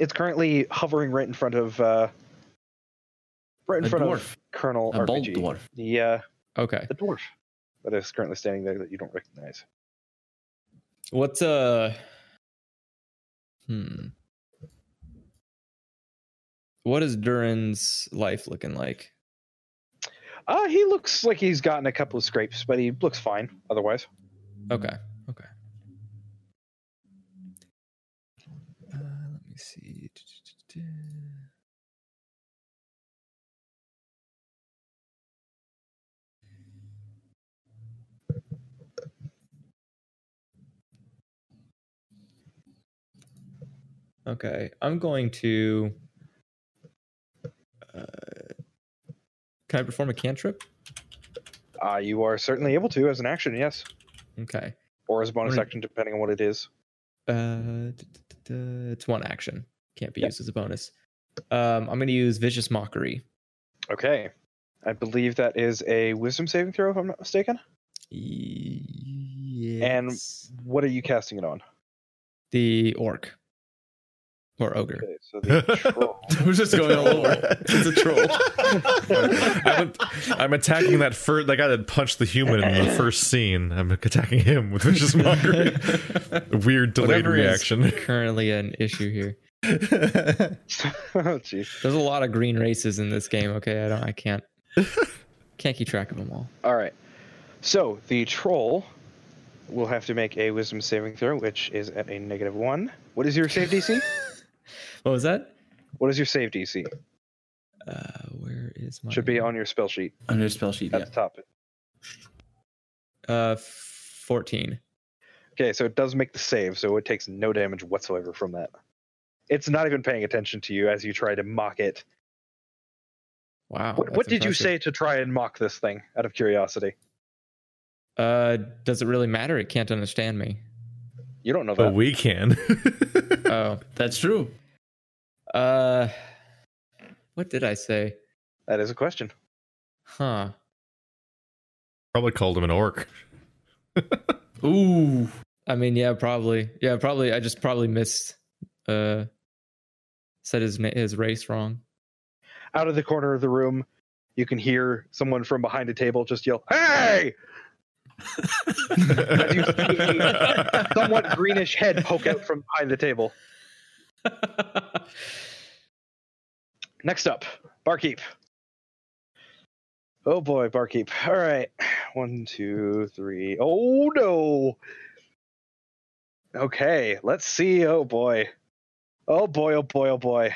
S1: It's currently hovering right in front of uh, right in
S2: A
S1: front
S2: dwarf.
S1: of Colonel
S2: A bald
S1: RPG.
S2: dwarf.
S1: The uh,
S3: Okay.
S1: the dwarf that is currently standing there that you don't recognize.
S3: What's uh? Hmm. What is Durin's life looking like?
S1: Uh, he looks like he's gotten a couple of scrapes, but he looks fine otherwise.
S3: Okay. Okay. Uh, let me see. Okay, I'm going to. Uh, can I perform a cantrip?
S1: Uh, you are certainly able to as an action, yes,
S3: Okay.
S1: or as a bonus
S3: Right.
S1: action, depending on what it is.
S3: Uh, d- d- d- d- it's one action. Can't be
S1: Yeah.
S3: used as a bonus. Um, I'm going to use vicious mockery.
S1: Okay. I believe that is a wisdom saving throw, if I'm not mistaken.
S3: Yes.
S1: What are you casting it on?
S3: the orc or ogre.
S1: Okay, so the troll.
S2: We're just going "Oh, all over. It's a troll.
S5: I'm, I'm attacking that first. That guy that punched the human in the first scene. I'm attacking him with vicious mockery. Weird delayed
S3: Whatever is
S5: reaction.
S3: currently an issue here.
S1: oh, jeez.
S3: There's a lot of green races in this game. Okay, I don't. I can't. Can't keep track of them all.
S1: All right. So the troll will have to make a wisdom saving throw, which is at a negative one. What is your save DC?
S3: What was that?
S1: what is your save DC?
S3: Uh, where is my?
S1: Should be on your spell sheet
S2: On your spell sheet,
S1: at
S2: yeah.
S1: the top.
S3: Uh, fourteen.
S1: Okay, so it does make the save, so it takes no damage whatsoever from that. It's not even paying attention to you as you try to mock it.
S3: Wow.
S1: what
S3: Oh, that's
S1: what did you
S3: impressive.
S1: say to try and mock this thing out of curiosity?
S3: Uh, does it really matter? It can't understand me.
S1: You don't know that.
S5: but we can.
S3: Oh.
S2: That's true.
S3: Uh, what did I say?
S1: that is a question.
S3: Huh.
S5: Probably called him an orc.
S2: Ooh.
S3: I mean, yeah, probably. Yeah, probably. I just probably missed. Uh, said his na- his race wrong.
S1: Out of the corner of the room, you can hear someone from behind a table just yell, Hey! Somewhat greenish head poke out from behind the table. Next up, barkeep. Oh boy, barkeep. All right. One, two, three. Oh no. Okay, let's see. Oh boy. Oh boy, oh boy, oh boy.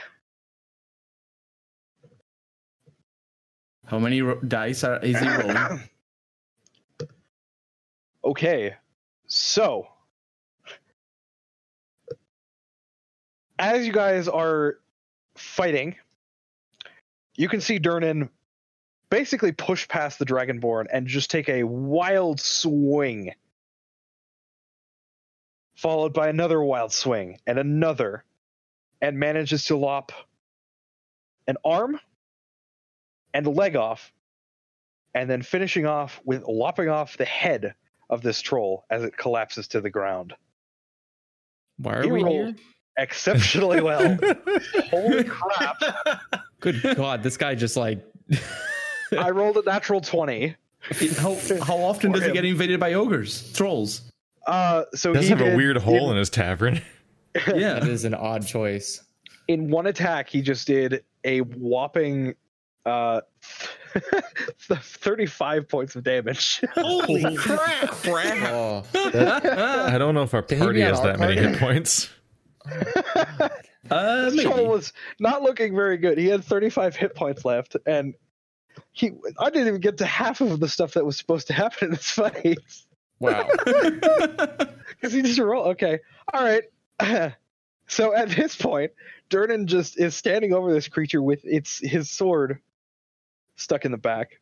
S2: How many ro- dice are is he rolling?
S1: Okay, so as you guys are fighting, you can see Durnan basically push past the Dragonborn and just take a wild swing, followed by another wild swing and another, and manages to lop an arm and a leg off, and then finishing off with lopping off the head of this troll as it collapses to the ground.
S3: Why are
S1: He
S3: we
S1: rolled
S3: here?
S1: Exceptionally well. Holy crap.
S3: Good God, this guy just like
S1: I rolled a natural 20.
S2: How, how often
S1: For
S2: does
S1: him.
S2: it get invaded by ogres? Trolls.
S1: Uh, so
S5: does
S1: he
S5: have a
S1: did-
S5: weird hole in his tavern.
S3: that
S2: Yeah.
S3: is an odd choice.
S1: in one attack, he just did a whopping uh, 35 points of damage.
S4: Holy crap! crap.
S3: Oh,
S5: I don't know if our
S3: Can he be
S5: party
S3: on
S5: has
S3: our
S5: that many
S3: party?
S5: hit points.
S2: uh,
S1: this troll
S2: maybe.
S1: was not looking very good. He had 35 hit points left, and he I didn't even get to half of the stuff that was supposed to happen in this fight.
S3: wow.
S1: Because he just roll. Okay. All right. so at this point, Durnan just is standing over this creature with its his sword stuck in the back,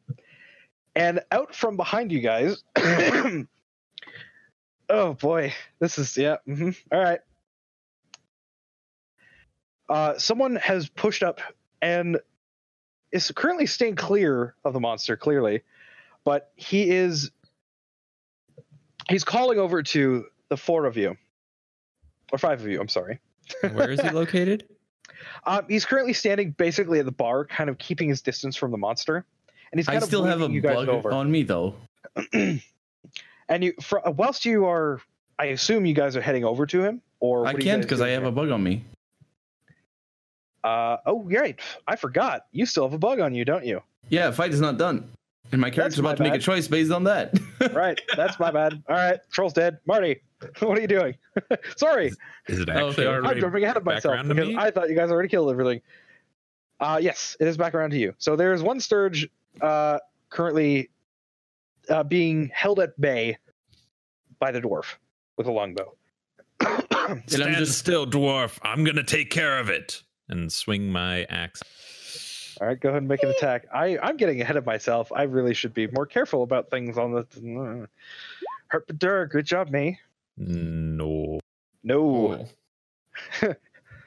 S1: and out from behind you guys. oh boy, this is yeah. mhm, all right. Uh, someone has pushed up and is currently staying clear of the monster, clearly, but he is he's calling over to the four of you or five of you i'm sorry
S3: Where is he located?
S1: um, he's currently standing basically at the bar kind of keeping his distance from the monster and he's
S2: I
S1: kind of
S2: still have a
S1: waving you guys
S2: bug
S1: over
S2: on me though.
S1: and you fr- whilst you are i assume you guys are heading over to him or
S2: I
S1: what are you
S2: can't
S1: guys
S2: because I
S1: doing
S2: have a bug on me.
S1: here? uh oh you're right i forgot you still have a bug on you don't you
S2: Yeah, fight is not done, and my character's
S1: my
S2: about to make
S1: bad.
S2: a choice based on that.
S1: right that's my bad all right troll's dead marty what are you doing sorry
S4: Is it
S2: Oh, they
S4: actually?
S2: are
S1: I'm
S2: already
S1: jumping ahead of
S4: back
S1: myself
S4: around to
S1: because
S4: me?
S1: I thought you guys already killed everything. Uh, yes, it is back around to you. So there is one Sturge uh, currently uh, being held at bay by the dwarf with a longbow.
S2: And I'm
S4: Stand
S2: just-
S4: still, dwarf. I'm gonna take care of it and swing my axe.
S1: All right, go ahead and make an attack. I, I'm getting ahead of myself. I really should be more careful about things on the. Herpadur, good job, me.
S4: No.
S1: No.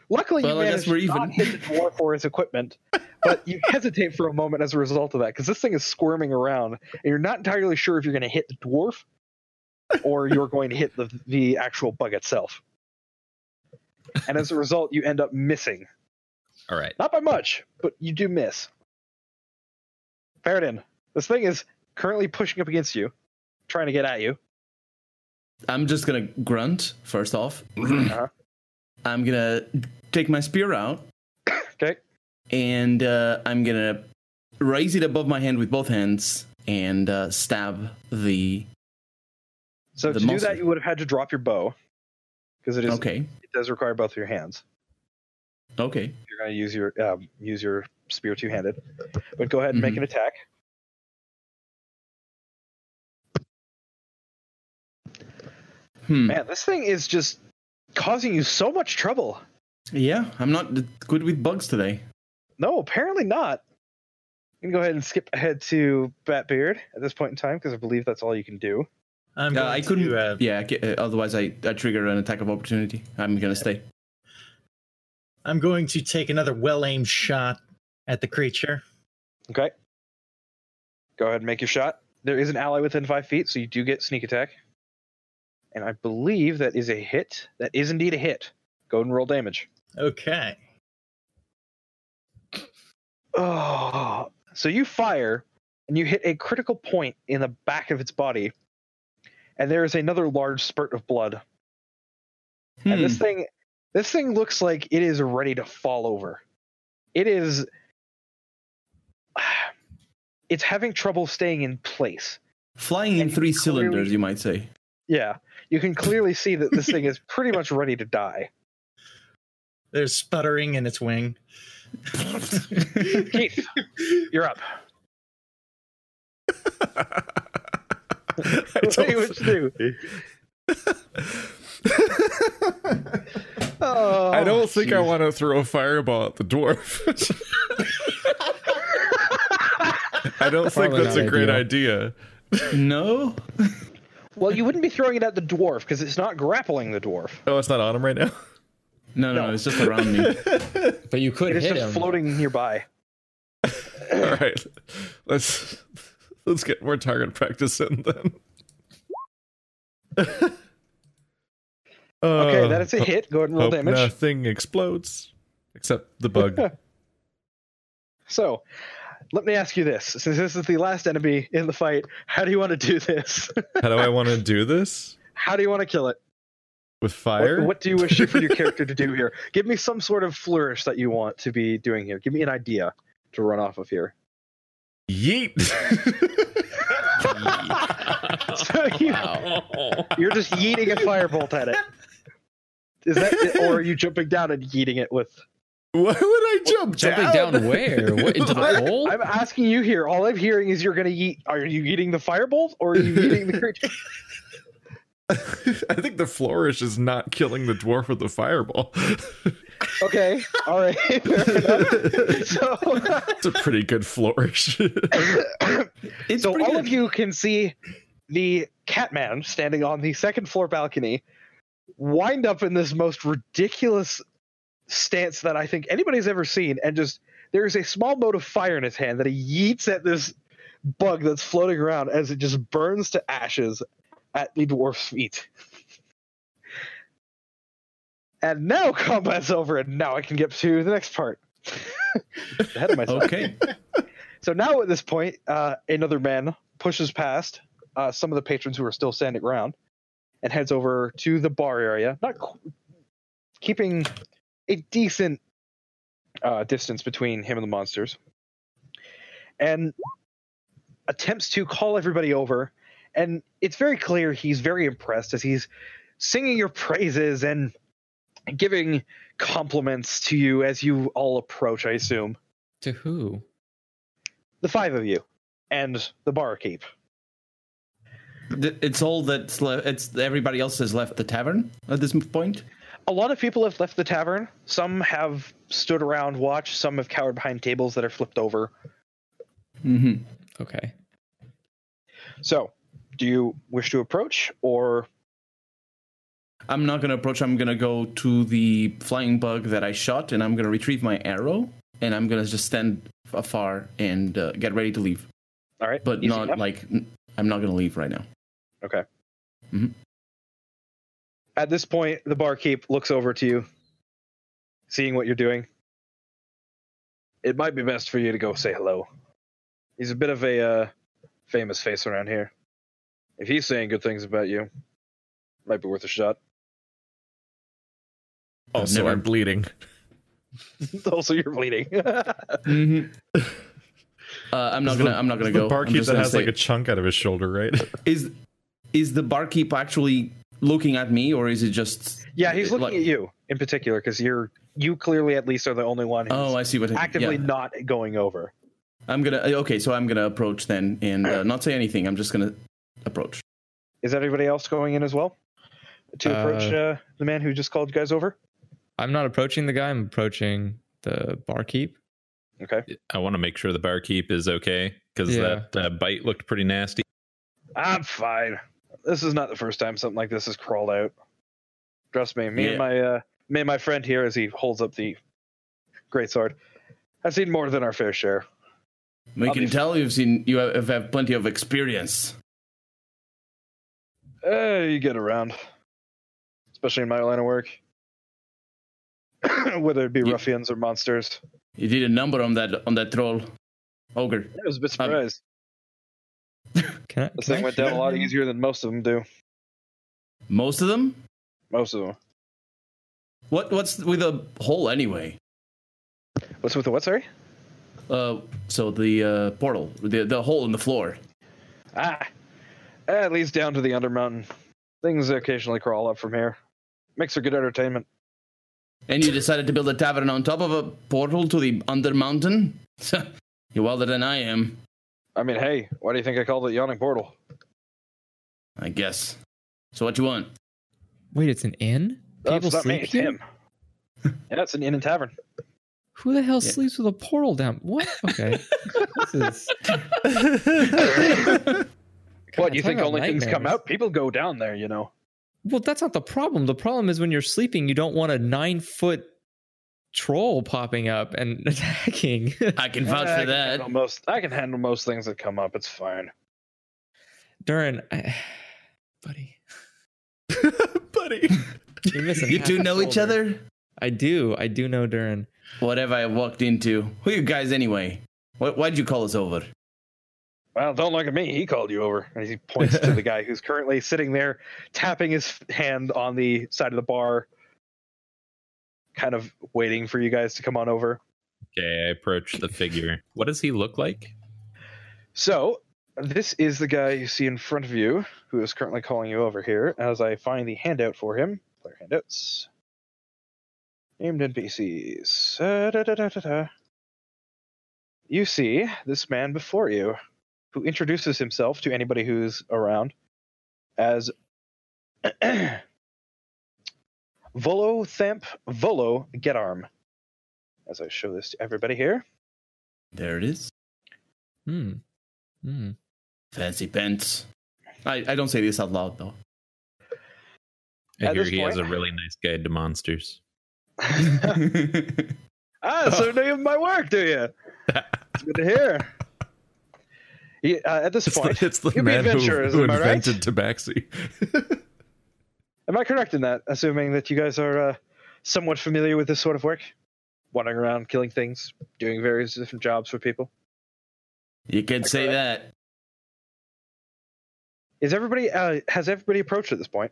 S1: Luckily,
S2: Well, I
S1: you
S2: guess
S1: managed
S2: we're
S1: to
S2: even.
S1: not hit the dwarf or his equipment, but you hesitate for a moment as a result of that because this thing is squirming around, and you're not entirely sure if you're going to hit the dwarf or you're going to hit the the actual bug itself. And as a result, you end up missing.
S3: All right.
S1: Not by much, but you do miss. Faradin, this thing is currently pushing up against you, trying to get at you.
S2: I'm just gonna grunt first off.
S1: Uh-huh.
S2: I'm gonna take my spear out.
S1: Okay.
S2: And uh, I'm gonna raise it above my hand with both hands and uh, stab the.
S1: So to
S2: The
S1: do
S2: monster.
S1: that, you would have had to drop your bow because it is
S2: Okay.
S1: it does require both of your hands.
S2: Okay.
S1: you're going to use your um, use your spear two handed. But go ahead and make
S2: Mhm.
S1: an attack.
S2: Hmm.
S1: Man, this thing is just causing you so much trouble.
S2: Yeah, I'm not good with bugs today.
S1: No, apparently not. You can go ahead and skip ahead to Batbeard at this point in time because I believe that's all you can do.
S6: I'm
S2: Uh,
S6: going
S2: I couldn't.
S6: to, uh,
S2: yeah, I ca- uh, otherwise I, I trigger an attack of opportunity. I'm gonna stay.
S6: I'm going to take another well-aimed shot at the creature.
S1: Okay. Go ahead and make your shot. There is an ally within five feet, so you do get sneak attack. And I believe that is a hit. That is indeed a hit. Go ahead and roll damage.
S6: Okay.
S1: Oh, so you fire and you hit a critical point in the back of its body, and there is another large spurt of blood. And this
S2: Hmm.
S1: thing, this thing looks like it is ready to fall over. It is, it's having trouble staying in place.
S2: Flying in
S1: and
S2: three
S1: clearly-
S2: cylinders, you might say.
S1: Yeah, you can clearly see that this thing is pretty much ready to die.
S6: There's sputtering in its wing.
S1: Keith, you're up.
S5: I
S1: What do you wish to do?
S5: don't-
S1: Oh,
S5: I don't think I want to throw a fireball at the dwarf. I don't think
S3: Probably
S5: that's
S3: not
S5: a great idea.
S2: no.
S1: Well, you wouldn't be throwing it at the dwarf because it's not grappling the dwarf.
S5: Oh, it's not on him right now.
S2: No, no,
S1: No.
S2: no, it's just around me.
S3: But you could
S1: It is
S3: hit
S1: just
S3: him.
S1: floating nearby.
S5: All right, let's let's get more target practice in then.
S1: Okay,
S5: Uh,
S1: that is a
S5: ho-
S1: hit. Go ahead and roll
S5: hope
S1: damage.
S5: Nothing explodes except the bug.
S1: So, let me ask you this: since this is the last enemy in the fight, how do you want to do this?
S5: How do I want to do this
S1: how do you want to kill it?
S5: with fire?
S1: What, what do you wish for your character to do here? Give me some sort of flourish that you want to be doing here. Give me an idea to run off of here.
S5: Yeet.
S1: So you,
S4: Oh.
S1: You're just yeeting a firebolt at it. Is that, it, or are you jumping down and yeeting it with?
S5: Why would I jump
S3: Jumping down, where? What, into the hole?
S1: I'm asking you here. All I'm hearing is you're gonna yeet. Are you yeeting the firebolt or are you yeeting the creature?
S5: I think the flourish is not killing the dwarf with the fireball.
S1: Okay, all right. Fair enough.
S5: it's
S1: So.
S5: a pretty good flourish.
S2: It's
S1: so
S2: pretty
S1: all
S2: good.
S1: of you can see the Catman standing on the second floor balcony, wind up in this most ridiculous stance that I think anybody's ever seen, and just there is a small mote of fire in his hand that he yeets at this bug that's floating around as it just burns to ashes at the dwarf's feet. And now combat's over, and now I can get to the next part. Ahead of myself.
S2: Okay.
S1: So now at this point, uh, another man pushes past uh, some of the patrons who are still standing around and heads over to the bar area, not qu- keeping a decent uh, distance between him and the monsters, and attempts to call everybody over. And it's very clear he's very impressed as he's singing your praises and giving compliments to you as you all approach, I assume
S3: To who?
S1: the five of you and the barkeep.
S2: Th- It's all that's left. It's everybody else has left the tavern at this point.
S1: A lot of people have left the tavern. Some have stood around, watched. Some have cowered behind tables that are flipped over.
S2: Mm-hmm.
S3: Okay.
S1: So, do you wish to approach or
S2: I'm not gonna approach. I'm gonna go to the flying bug that I shot, and I'm gonna retrieve my arrow, and I'm gonna just stand afar and uh, get ready to leave.
S1: All right,
S2: But
S1: easy
S2: not
S1: enough.
S2: like I'm not gonna leave right now.
S1: Okay.
S2: Mhm.
S1: At this point, the barkeep looks over to you, seeing what you're doing. It might be best for you to go say hello. He's a bit of a uh, famous face around here. If he's saying good things about you, might be worth a shot.
S4: Oh,
S5: Also,
S2: never-
S5: I'm bleeding.
S1: also, you're bleeding. Mm-hmm.
S2: Uh, I'm not
S5: It's
S2: gonna.
S5: the-
S2: I'm not gonna
S5: it's
S2: go.
S5: The
S2: I'm
S5: barkeep
S2: just
S5: that
S2: gonna
S5: has
S2: stay.
S5: like a chunk out of his shoulder, right?
S2: is is the barkeep actually looking at me, or is it just?
S1: yeah, he's
S2: it-
S1: looking
S2: like-
S1: at you in particular because you're you clearly at least are the only one who's
S2: Oh, I see what.
S1: actively
S2: yeah.
S1: not going over.
S2: I'm gonna. Okay, so I'm gonna approach then and uh, not say anything. I'm just gonna approach.
S1: Is everybody else going in as well to approach
S3: Uh,
S1: uh, the man who just called you guys over?
S3: I'm not approaching the guy. I'm approaching the barkeep.
S1: Okay.
S4: I want to make sure the barkeep is okay because
S3: Yeah.
S4: that uh, bite looked pretty nasty.
S1: I'm fine. This is not the first time something like this has crawled out. Trust me. Me
S2: Yeah.
S1: and my uh, me and my friend here, as he holds up the great sword, I've seen more than our fair share.
S2: We
S1: I'll
S2: can
S1: be-
S2: tell you've seen you have, have plenty of experience.
S1: Uh, you get around, especially in my line of work. Whether it be
S2: You-
S1: ruffians or monsters,
S2: You did a number on that on that troll, ogre.
S1: I was a bit surprised.
S3: Can I?
S1: this
S3: can
S1: thing
S3: I
S1: went down
S3: shoot
S1: a lot
S3: him?
S1: easier than most of them do.
S2: Most of them.
S1: Most of them.
S2: What what's with a hole anyway?
S1: What's with the what? Sorry.
S2: Uh, so the uh, portal, the the hole in the floor.
S1: Ah, eh, it leads down to the Undermountain. Things occasionally crawl up from here. Makes for good entertainment.
S2: And you decided to build a tavern on top of a portal to the under mountain? You're wilder than I am,
S1: I mean, hey, why do you think I called it Yawning Portal?
S2: I guess. So what you want?
S3: Wait, it's an inn.
S1: That's
S3: People
S1: not me,
S3: sleep
S1: Oh, it's
S3: here?
S1: him. yeah, it's an inn and tavern.
S3: Who the hell
S2: Yeah.
S3: sleeps with a portal down? What? Okay. this is,
S1: what, you
S3: talk
S1: think
S3: about
S1: only things come
S3: nightmares.
S1: out? People go down there, you know.
S3: well, that's not the problem. The problem is when you're sleeping, you don't want a nine foot troll popping up and attacking.
S2: I can vouch
S1: Eh, I
S2: for
S1: can
S2: that.
S1: handle Most, I can handle most things that come up. It's fine.
S3: Duran, I- buddy,
S5: Buddy.
S3: you're missing.
S2: You
S3: half
S2: two
S3: a
S2: know each
S3: shoulder.
S2: other?
S3: I do. I do know Duran.
S2: Whatever I walked into. Who you guys anyway? Why, why'd you call us over?
S1: Well, don't look at me. He called you over. And he points to the guy who's currently sitting there, tapping his hand on the side of the bar, kind of waiting for you guys to come on over.
S4: Okay, I approach the figure. What does he look like?
S1: So, this is the guy you see in front of you who is currently calling you over here as I find the handout for him. Player handouts. Named NPCs. Uh, da, da, da, da, da. You see this man before you who introduces himself to anybody who's around as Volo Thamp Volo Getarm. As I show this to everybody here.
S2: There it is.
S3: Hmm. Hmm.
S2: Fancy pants. I, I don't say this out loud though.
S4: I
S1: At
S4: hear
S1: this
S4: he has a
S1: point-
S4: really nice guide to monsters.
S5: Oh.
S1: Ah, so you know my work, do you? It's good to hear. Yeah, uh, at this
S5: It's
S1: point,
S5: the, it's the
S1: You'd be
S5: man who,
S1: adventurers,
S5: who
S1: am I right?
S5: invented tabaxi.
S1: am I correct in that? Assuming that you guys are uh, somewhat familiar with this sort of work, wandering around, killing things, doing various different jobs for people.
S2: You can say that.
S1: Is everybody? Uh, has everybody approached at this point?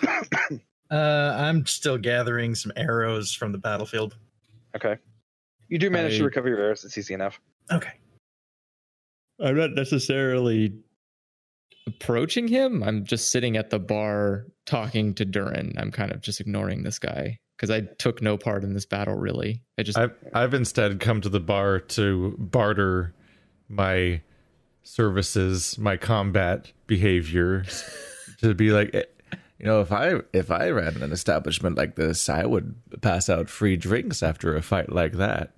S6: Uh, I'm still gathering some arrows from the battlefield.
S1: Okay. You do manage to
S3: I-
S1: recover your arrows. It's easy enough.
S6: Okay.
S3: I'm not necessarily approaching him. I'm just sitting at the bar talking to Durin. I'm kind of just ignoring this guy because I took no part in this battle really. I just
S5: I've, I've instead come to the bar to barter my services, my combat behavior, to be like, eh,
S7: You know, if I if I ran an establishment like this, I would pass out free drinks after a fight like that.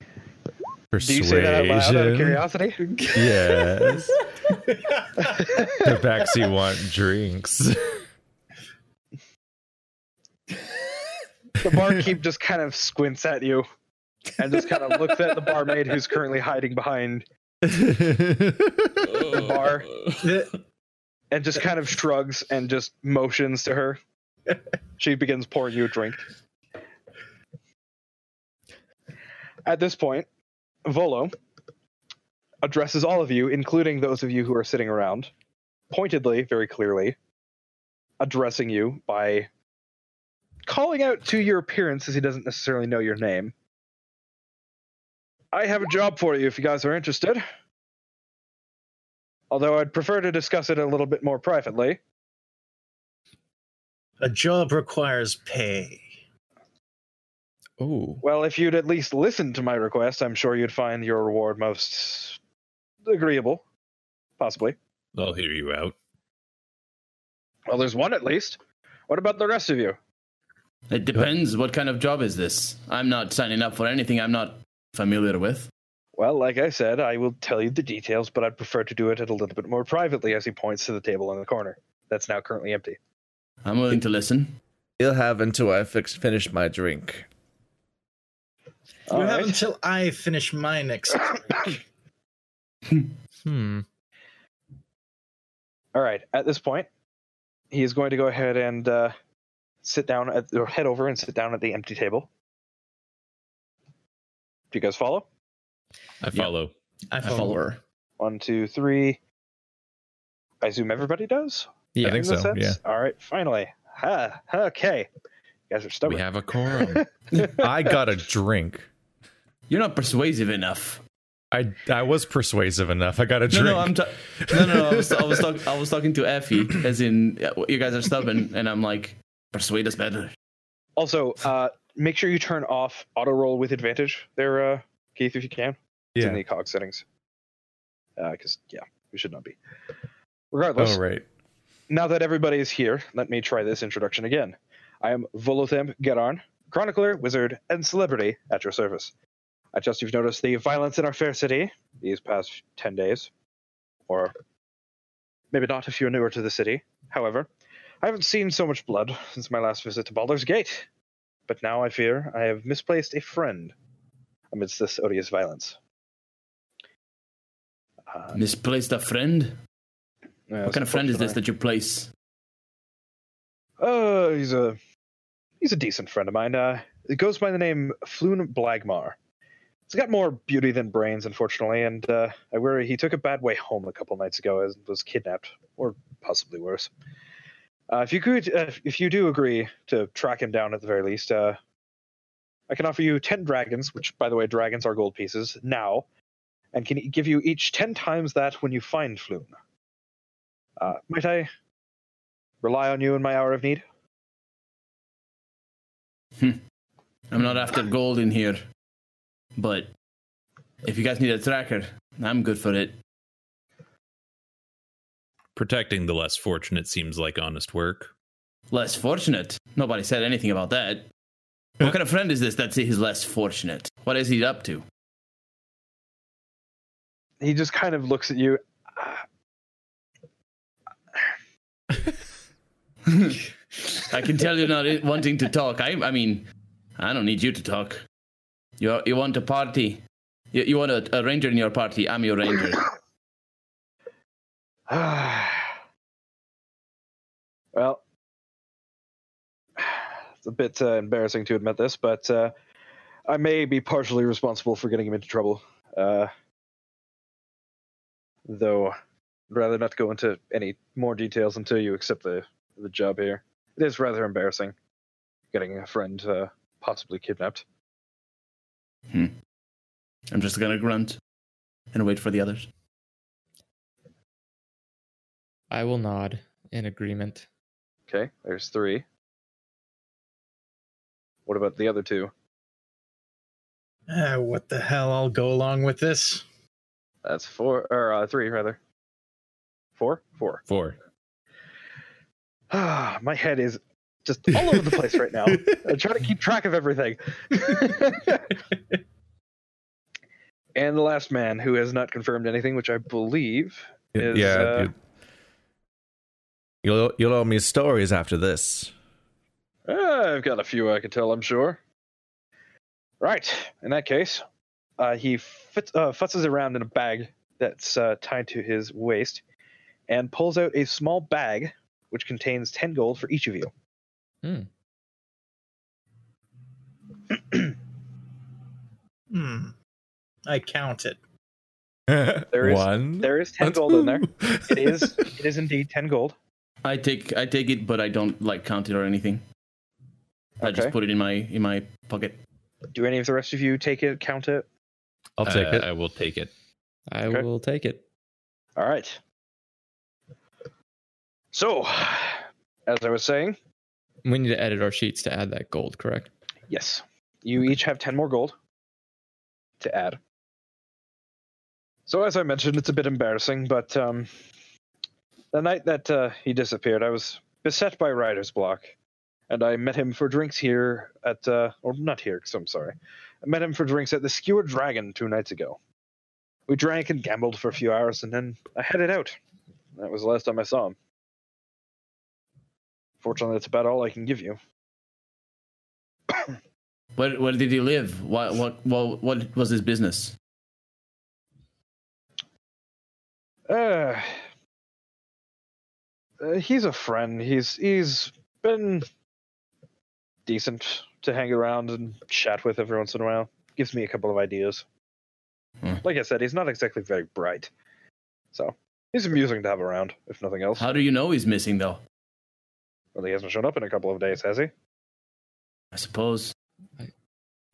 S1: Do you say that out loud out of curiosity?
S5: Yes. Tabaxi want drinks.
S1: The barkeep just kind of squints at you and just kind of looks at the barmaid who's currently hiding behind
S5: the
S1: the bar
S6: Th-
S1: and just kind of shrugs and just motions to her. she begins pouring you a drink. At this point, Volo addresses all of you, including those of you who are sitting around, pointedly, very clearly, addressing you by calling out to your appearance as he doesn't necessarily know your name. I have a job for you if you guys are interested although I'd prefer to discuss it a little bit more privately.
S6: A job requires pay.
S3: Oh,
S1: Well, if you'd at least listen to my request, I'm sure you'd find your reward most agreeable, possibly.
S4: I'll hear you out.
S1: Well, there's one at least. What about the rest of you?
S2: It depends. What kind of job is this? I'm not signing up for anything I'm not familiar with.
S1: Well, like I said, I will tell you the details, but I'd prefer to do it at a little bit more privately as he points to the table in the corner that's now currently empty.
S2: I'm willing to listen.
S7: You'll have until I fix, finish my drink.
S1: All
S6: you
S1: right.
S6: have until I finish my next. drink.
S3: hmm.
S1: All right. At this point, he is going to go ahead and uh, sit down at, or head over and sit down at the empty table. Do you guys follow?
S4: I follow.
S6: I
S2: I follow
S6: follow.
S2: her.
S1: One, two, three. I assume everybody does.
S3: Yeah,
S5: I think
S1: in a
S5: so.
S1: sense?
S5: Yeah.
S1: All right. Finally. Ha. ha, Okay. You guys are
S4: We
S1: stubborn.
S4: have a quorum.
S5: I got a drink.
S2: You're not persuasive enough.
S5: I I was persuasive enough. I got a
S2: No,
S5: drink.
S2: no, I'm ta- no, no, no. I was, I was, talk- I was talking to Effie, as in yeah, you guys are stubborn, and I'm like, persuade us better.
S1: also, uh, make sure you turn off auto roll with advantage there, uh, Keith, if you can. It's in
S5: yeah.
S1: the cog settings. Because, yeah, we should not be. Regardless.
S5: Oh right.
S1: now that everybody is here, let me try this introduction again. I am Volothem Gerarn, chronicler, wizard, and celebrity at your service. I trust you've noticed the violence in our fair city these past 10 days. Or maybe not if you're newer to the city. However, I haven't seen so much blood since my last visit to Baldur's Gate. But now I fear I have misplaced a friend amidst this odious violence. Uh,
S2: Misplaced a friend?
S1: yes,
S2: What kind of friend is this
S1: unfortunately.
S2: that you place?
S1: Uh, he's a he's a decent friend of mine. Uh, it goes by the name Floon Blagmar. He's got more beauty than brains, unfortunately, and uh, I worry he took a bad way home a couple nights ago and was kidnapped, or possibly worse. Uh, if you could, uh, if you do agree to track him down at the very least, uh, I can offer you ten dragons, which, by the way, dragons are gold pieces now, and can give you each ten times that when you find Floon. Uh, might I rely on you in my hour of need?
S2: I'm not after gold in here, but if you guys need a tracker, I'm good for it.
S4: Protecting the less fortunate seems like honest work.
S2: Less fortunate? Nobody said anything about that. What kind of friend is this that he's less fortunate? What is he up to?
S1: he just kind of looks at you.
S2: I can tell you're not wanting to talk. I, I mean, I don't need you to talk. You, you want a party? You, you want a, a ranger in your party? I'm your ranger.
S1: well, it's a bit uh, embarrassing to admit this, but uh, I may be partially responsible for getting him into trouble. Uh, though, I'd rather not go into any more details until you accept the, the job here. It is rather embarrassing getting a friend uh, possibly kidnapped.
S2: I'm just gonna grunt and wait for the others.
S3: I will nod in agreement.
S1: Okay, there's three. What about the other two?
S6: Ah, what the hell? I'll go along with this.
S1: That's four or uh, three rather. Four, four.
S4: Four.
S1: Ah, my head is just all over the place right now. I'm trying to keep track of everything. and the last man who has not confirmed anything, which I believe is
S5: yeah.
S1: uh,
S5: dude.
S7: You'll you'll owe me stories after this.
S1: ah, I've got a few I can tell, I'm sure. Right. In that case, uh, he fits, uh, futzes around in a bag that's uh, tied to his waist and pulls out a small bag which contains 10 gold for each of you.
S6: Hmm. I count it.
S1: There is-
S5: One.
S1: There is 10 gold in there. It is it is indeed 10 gold.
S2: I take I take it, but I don't like count it or anything. I
S1: Okay.
S2: just put it in my in my pocket.
S1: Do any of the rest of you take it, count it?
S5: I'll take
S4: Uh,
S5: it.
S4: I will take it.
S3: I
S1: Okay.
S3: will take it.
S1: All right. So, as I was saying,
S3: We need to edit our sheets to add that gold, correct?
S1: yes, you each have 10 more gold to add. So, as I mentioned, it's a bit embarrassing, but um, the night that uh, he disappeared, I was beset by writer's block, and I met him for drinks here at, uh, or not here, 'cause I'm sorry. I met him for drinks at the Skewer Dragon two nights ago. We drank and gambled for a few hours, and then I headed out. That was the last time I saw him. Fortunately, that's about all I can give you.
S2: Where where did he live? What what what, what was his business?
S1: Uh, uh, he's a friend. He's he's been decent to hang around and chat with every once in a while. Gives me a couple of ideas.
S2: Hmm.
S1: Like I said, he's not exactly very bright, so he's amusing to have around, if nothing else.
S2: How do you know he's missing though?
S1: Well, he hasn't shown up in a couple of days, has he?
S2: I suppose.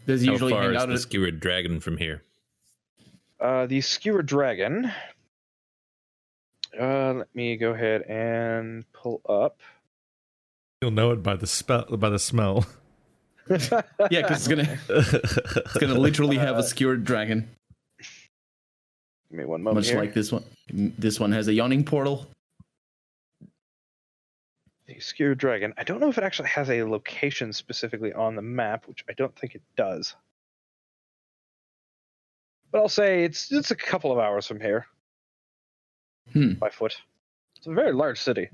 S2: Does he
S4: How
S2: usually
S4: far
S2: hang
S4: is
S2: out?
S4: the
S2: at-
S4: skewered dragon from here?
S1: Uh, the skewer dragon. Uh, let me go ahead and pull up.
S5: You'll know it by the spell by the smell.
S2: yeah, because it's gonna
S5: it's
S2: it's gonna literally have a skewered dragon,
S1: Give me one moment.
S2: much
S1: here.
S2: like this one. This one has a yawning portal.
S1: The Skewer Dragon. I don't know if it actually has a location specifically on the map, which I don't think it does. But I'll say it's it's a couple of hours from here.
S2: Hmm.
S1: By foot. It's a very large city.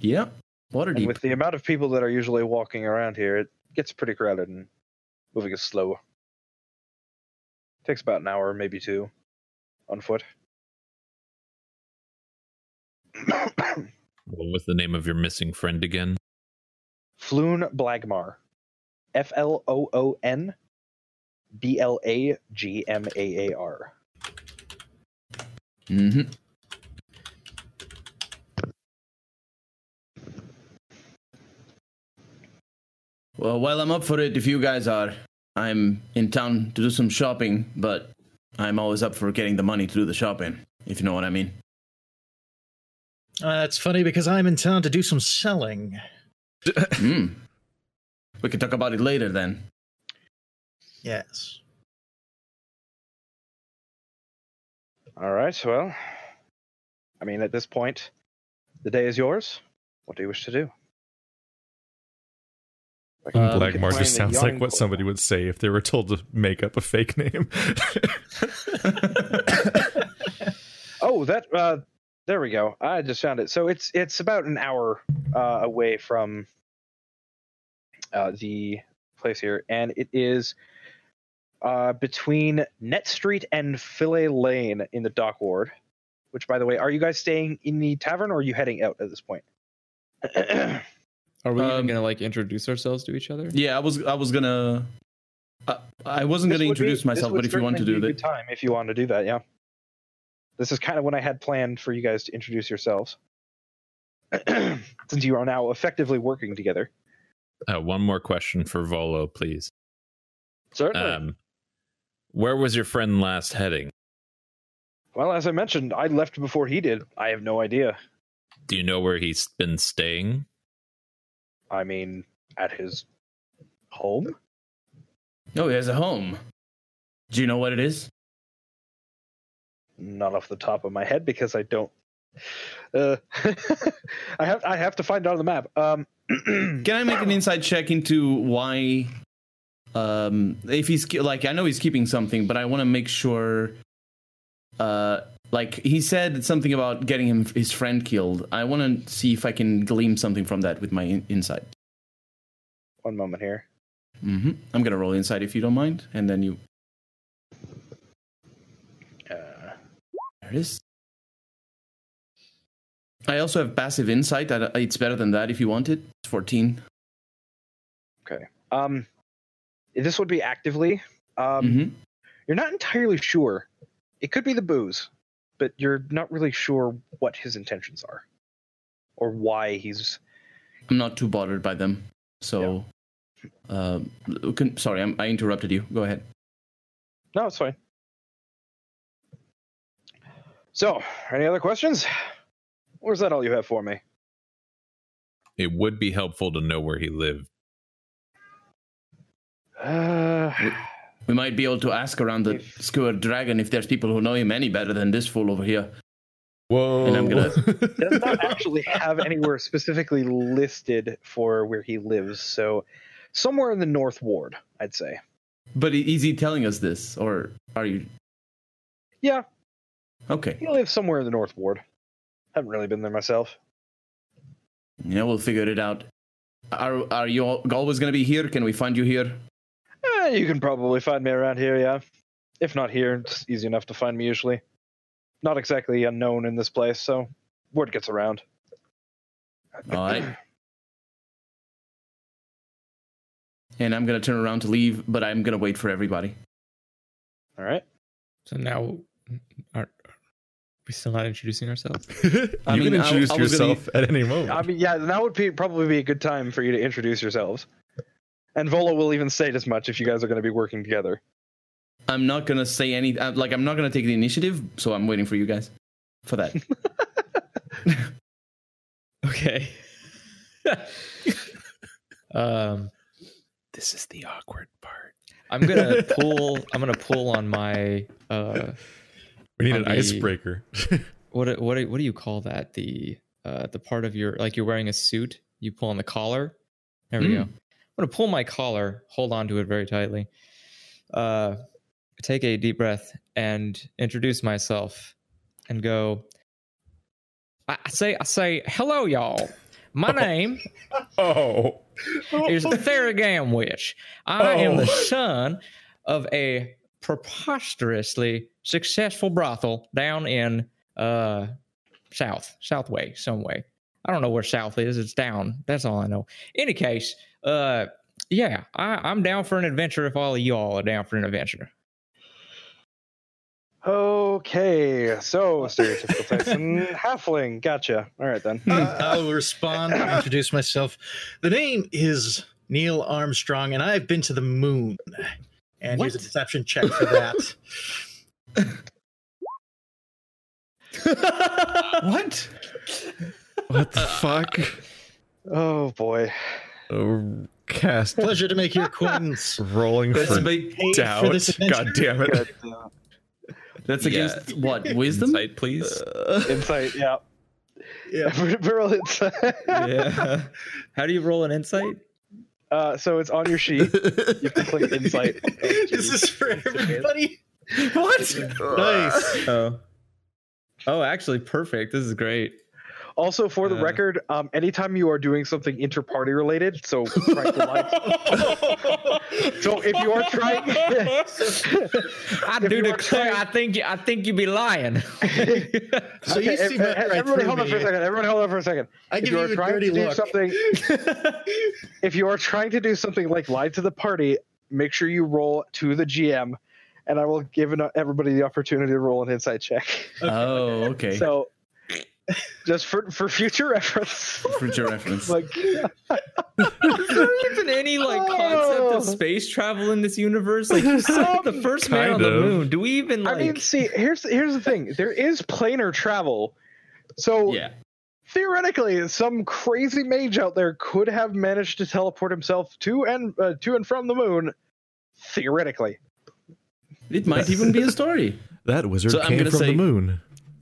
S2: Yeah, water
S1: And
S2: deep.
S1: with the amount of people that are usually walking around here, it gets pretty crowded and moving is slow. Takes about an hour, maybe two, on foot.
S4: What was the name of your missing friend again?
S1: Floon Blagmar. F L O O N B L A G M A A R.
S2: hmm Well, while I'm up for it, if you guys are, I'm in town to do some shopping, but I'm always up for getting the money to do the shopping, if you know what I mean.
S6: Uh, it's funny because I'm in town to do some selling.
S2: Hmm. We can talk about it later then.
S6: Yes.
S1: All right, well, I mean, at this point, the day is yours. What do you wish to do? I can-
S2: Uh,
S1: we
S5: Black
S1: can
S5: Mars
S1: plan
S5: just
S1: the
S5: sounds like
S1: yawning
S5: what somebody would say if they were told to make up a fake name.
S1: portal. Oh, that. Uh, there we go. I just found it. So it's it's about an hour uh, away from uh, the place here, and it is uh, between Net Street and Fillet Lane in the Dock Ward. Which, by the way, are you guys staying in the tavern or are you heading out at this point?
S3: Are we even
S2: Um,
S3: gonna like introduce ourselves to each other?
S2: Yeah, I was I was gonna I, I wasn't
S1: This would
S2: gonna
S1: be-
S2: introduce
S1: this
S2: myself,
S1: would
S2: but if you want to
S1: certainly
S2: do
S1: be a good
S2: that,
S1: time if you want to do that, yeah. This is kind of when I had planned for you guys to introduce yourselves, since you are now effectively working together.
S4: Uh, one more question for Volo, please.
S1: Certainly.
S4: Um, where was your friend last heading?
S1: well, as I mentioned, I left before he did. I have no idea.
S4: Do you know where he's been staying?
S1: I mean, at his home.
S2: oh, he has a home. Do you know what it is?
S1: Not off the top of my head because I don't. Uh, I have I have to find it on the map. Um,
S2: Can I make an inside check into why? Um, if he's ke- like, I know he's keeping something, but I want to make sure. Uh, like he said something about getting him his friend killed. I want to see if I can glean something from that with my in- insight.
S1: One moment here.
S2: hmm I'm gonna roll inside if you don't mind, and then you.
S1: Uh,
S2: There it is. I also have passive insight. I, it's better than that if you want it. It's 14.
S1: um, this would be actively. Um,
S2: Mhm.
S1: You're not entirely sure. It could be the booze, but you're not really sure what his intentions are or why he's.
S2: I'm not too bothered by them. So, um, l- can, sorry, I'm, I interrupted you. Go ahead.
S1: No, it's fine. So, any other questions? Or is that all you have for me?
S4: It would be helpful to know where he lived.
S1: Uh,
S2: We might be able to ask around the
S1: If-
S2: Skewer Dragon if there's people who know him any better than this fool over here.
S5: Whoa.
S2: And I'm gonna-
S1: does not actually have anywhere specifically listed for where he lives. So, somewhere in the North Ward, I'd say.
S2: But i- is he telling us this, or are you?
S1: Yeah,
S2: Okay.
S1: he lives somewhere in the North Ward. Haven't really been there myself.
S2: Yeah, we'll figure it out. Are are you al- always gonna be here? Can we find you here?
S1: Eh, you can probably find me around here, yeah. If not here, it's easy enough to find me usually. Not exactly unknown in this place, so word gets around.
S2: All right. And I'm gonna turn around to leave, but I'm gonna wait for everybody.
S1: All right.
S3: So now, are, are we still not introducing ourselves?
S2: I
S5: you
S2: mean,
S5: can
S2: I-
S5: introduce
S2: I was gonna-
S5: yourself at any moment.
S1: I mean, yeah, that would be probably be a good time for you to introduce yourselves. And Volo will even state as much if you guys are going to be working together.
S2: I'm not gonna say any. uh, Like, I'm not gonna take the initiative, so I'm waiting for you guys for that.
S3: Okay. um,
S4: This is the awkward part.
S3: I'm gonna pull. I'm gonna pull on my. Uh,
S5: we need
S3: on
S5: an
S3: the-
S5: icebreaker.
S3: what what what do you call that? The uh, the part of your like you're wearing a suit. You pull on the collar. There we go. I'm gonna pull my collar. Hold on to it very tightly. Uh, take a deep breath and introduce myself, and go. I, I say I say hello, y'all. My name
S5: oh.
S3: is the Theragam Witch. I am
S5: Oh.
S3: the son of a preposterously successful brothel down in uh south, south way, some way. I don't know where south is. It's down. That's all I know. Any case, uh, yeah, I, I'm down for an adventure if all of y'all are down for an adventure.
S1: Okay, so stereotypical Texan halfling. Gotcha. All right then.
S6: I'll respond and introduce myself. The name is Neil Armstrong, and I've been to the moon. And here's a
S2: What?
S6: deception check for that.
S2: what?
S5: What the fuck?
S1: Oh boy.
S5: Oh, cast
S6: Pleasure to make your acquaintance.
S5: rolling for
S6: Paid
S5: doubt.
S6: for this adventure.
S5: God damn it.
S1: uh,
S2: That's
S4: Yeah.
S2: against what wisdom?
S4: Insight, please.
S1: Insight. Yeah.
S6: Yeah.
S1: Viral insight.
S2: Uh,
S3: yeah. How do you roll an insight?
S1: Uh, so it's on your sheet. You have to click insight.
S6: this is for everybody.
S2: What?
S6: Nice.
S3: Oh. Oh, actually, perfect. This is great.
S1: Also, for the
S3: Uh.
S1: record, um, anytime you are doing something inter-party related, so trying to lie. so if you are trying,
S3: I
S1: If
S3: do
S1: you are
S3: declare.
S1: trying-
S3: I think you- I think you'd be lying.
S6: So you
S1: Okay, ev-
S6: see that
S1: ev-
S6: right
S1: everybody
S6: through
S1: hold on
S6: me.
S1: for a second. Everyone hold on for a second.
S6: I
S1: If
S6: give
S1: you
S6: you
S1: are
S6: a
S1: trying
S6: dirty
S1: to do
S6: look.
S1: something, if you are trying to do something like lie to the party, make sure you roll to the GM, and I will give an- everybody the opportunity to roll an insight check.
S2: Oh, okay.
S1: So, just for for future reference,
S2: Future reference.
S1: like
S3: Is there even any like
S1: Oh.
S3: concept of space travel in this universe? Like you said, the first man on
S5: Kind
S3: the
S5: of.
S3: moon. Do we even like?
S1: I mean, see, here's here's the thing. There is planar travel, so
S2: yeah.
S1: theoretically, some crazy mage out there could have managed to teleport himself to and uh, to and from the moon. Theoretically.
S2: It might even be a story.
S5: That wizard
S2: So I'm
S5: came
S2: gonna
S5: from
S2: say-
S5: the moon.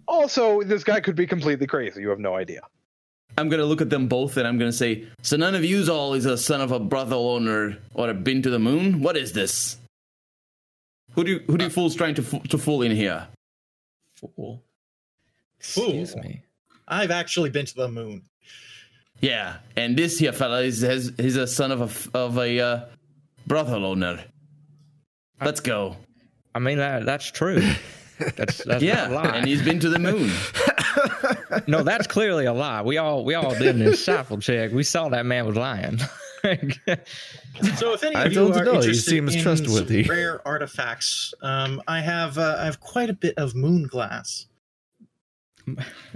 S1: Also, this guy could be completely crazy. You have no idea.
S2: I'm gonna look at them both and I'm gonna say, So none of yous all is a son of a brothel owner or have been to the moon? What is this? Who do you, who do you fools trying to fo- to fool in here?
S3: fool. Excuse me.
S6: I've actually been to the moon.
S2: Yeah, and this here fella is has, he's a son of a f- of a uh, brothel owner. Let's go.
S3: I mean, that, that's true. That's, that's not a
S2: Yeah,
S3: lie.
S2: and he's been to the moon.
S3: no, that's clearly a lie. We all we all did an disciple check. We saw that man was lying.
S6: So if any
S7: I
S6: of you
S7: don't
S6: are
S7: know. He
S6: interested
S7: seems
S6: in
S7: trustworthy.
S6: some rare artifacts, um, I have uh, I have quite a bit of moon glass.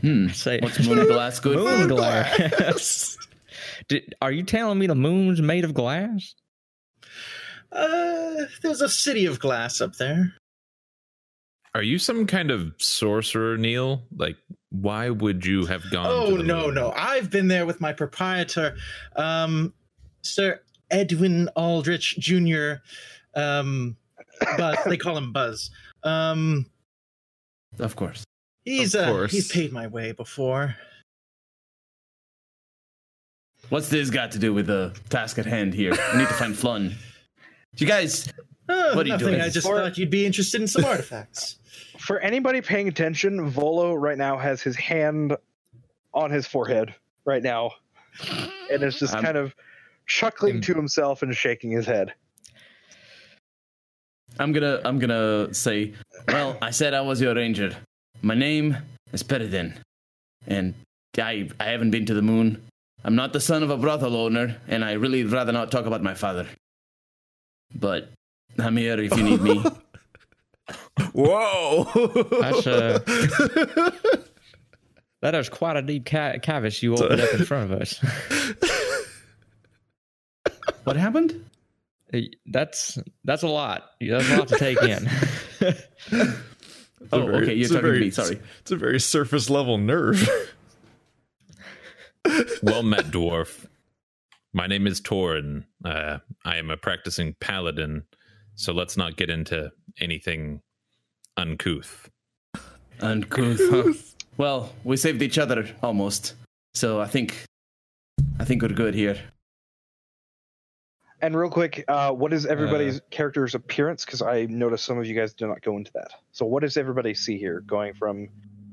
S2: Hmm.
S3: Say
S2: What's moon glass good
S3: moon
S2: for?
S3: glass. Did, are you telling me the moon's made of glass?
S6: Uh, there's a city of glass up there.
S4: Are you some kind of sorcerer, Neil? Like, why would you have gone?
S6: Oh
S4: to the
S6: no,
S4: moon?
S6: no! I've been there with my proprietor, um, Sir Edwin Aldrich Jr. Um, Buzz. they call him Buzz. Um,
S2: Of course.
S6: he's
S4: Of
S6: uh,
S4: course.
S6: he's paid my way before.
S2: What's this got to do with the task at hand here? We need to find Flun. You guys,
S6: Oh,
S2: What are you
S6: nothing.
S2: doing?
S6: I just
S1: Or-
S6: thought you'd be interested in some artifacts.
S1: For anybody paying attention, Volo right now has his hand on his forehead right now, and is just
S2: I'm-
S1: kind of chuckling to himself and shaking his head.
S2: I'm gonna I'm gonna say, well, I said I was your ranger. My name is Peridin, and I I haven't been to the moon. I'm not the son of a brothel owner, and I really rather not talk about my father. But I'm here if you need me.
S7: Whoa.
S3: That's, uh, That is quite a deep ca- cavity you opened up in front of us.
S2: what happened?
S3: That's that's a lot. That's a lot to take in.
S5: a
S2: Oh,
S5: very-
S2: okay, you're
S5: it's
S2: talking
S5: a
S2: to
S5: very-
S2: me. Sorry.
S5: It's a very surface level nerve.
S4: Well met, dwarf. My name is Torin. Uh, I am a practicing paladin, so let's not get into anything uncouth.
S2: Uncouth. Huh? Well, we saved each other almost, so I think I think we're good here.
S1: And real quick, uh, what is everybody's character's appearance? Because I noticed some of you guys did not go into that. So what does everybody see here? Going from,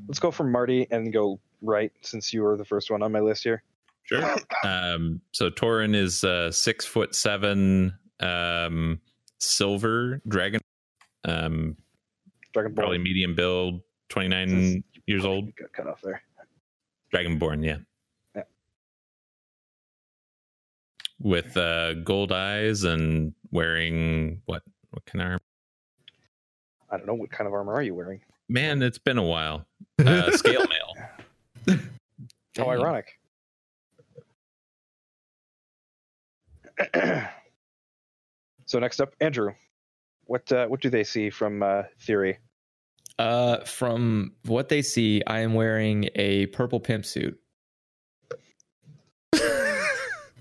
S1: let's go from Marty and go right, since you were the first one on my list here.
S4: Sure. Um, so Torin is uh, six foot seven, um, silver dragon, um,
S1: Dragon Ball.
S4: probably medium build, twenty nine years old,
S1: Got cut off there.
S4: dragonborn. Yeah.
S1: Yeah.
S4: With uh, gold eyes and wearing what? What kind of armor?
S1: I don't know what kind of armor are you wearing.
S4: Man, it's been a while. Uh, scale mail.
S1: How
S3: Dang.
S1: ironic. so next up, Andrew. What uh, what do they see from uh, theory?
S3: Uh, from what they see, I am wearing a purple pimp suit.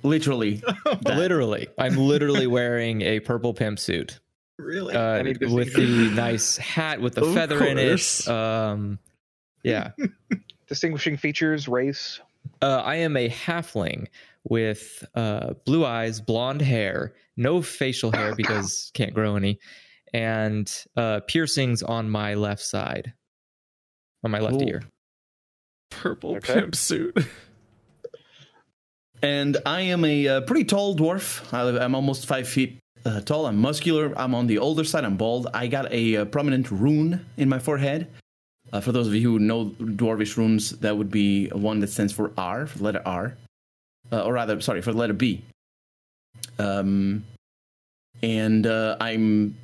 S2: Literally, That-
S3: Literally, I'm literally wearing a purple pimp suit
S6: really?
S3: uh,
S1: Any Disney
S3: with the nice hat with the
S7: Of
S3: feather in
S7: course.
S3: it. Um, yeah,
S1: Distinguishing features, race.
S3: uh, I am a halfling with uh, blue eyes, blonde hair, no facial hair because can't grow any, and uh, piercings on my left side, on my left
S2: Ooh.
S3: ear.
S5: Purple
S1: Okay.
S5: pimp suit.
S2: and I am a uh, pretty tall dwarf. I, I'm almost five feet uh, tall. I'm muscular. I'm on the older side. I'm bald. I got a uh, prominent rune in my forehead. Uh, for those of you who know dwarvish runes, that would be one that stands for R, for the letter R, uh, or rather, sorry, for the letter B. Um, and uh, I'm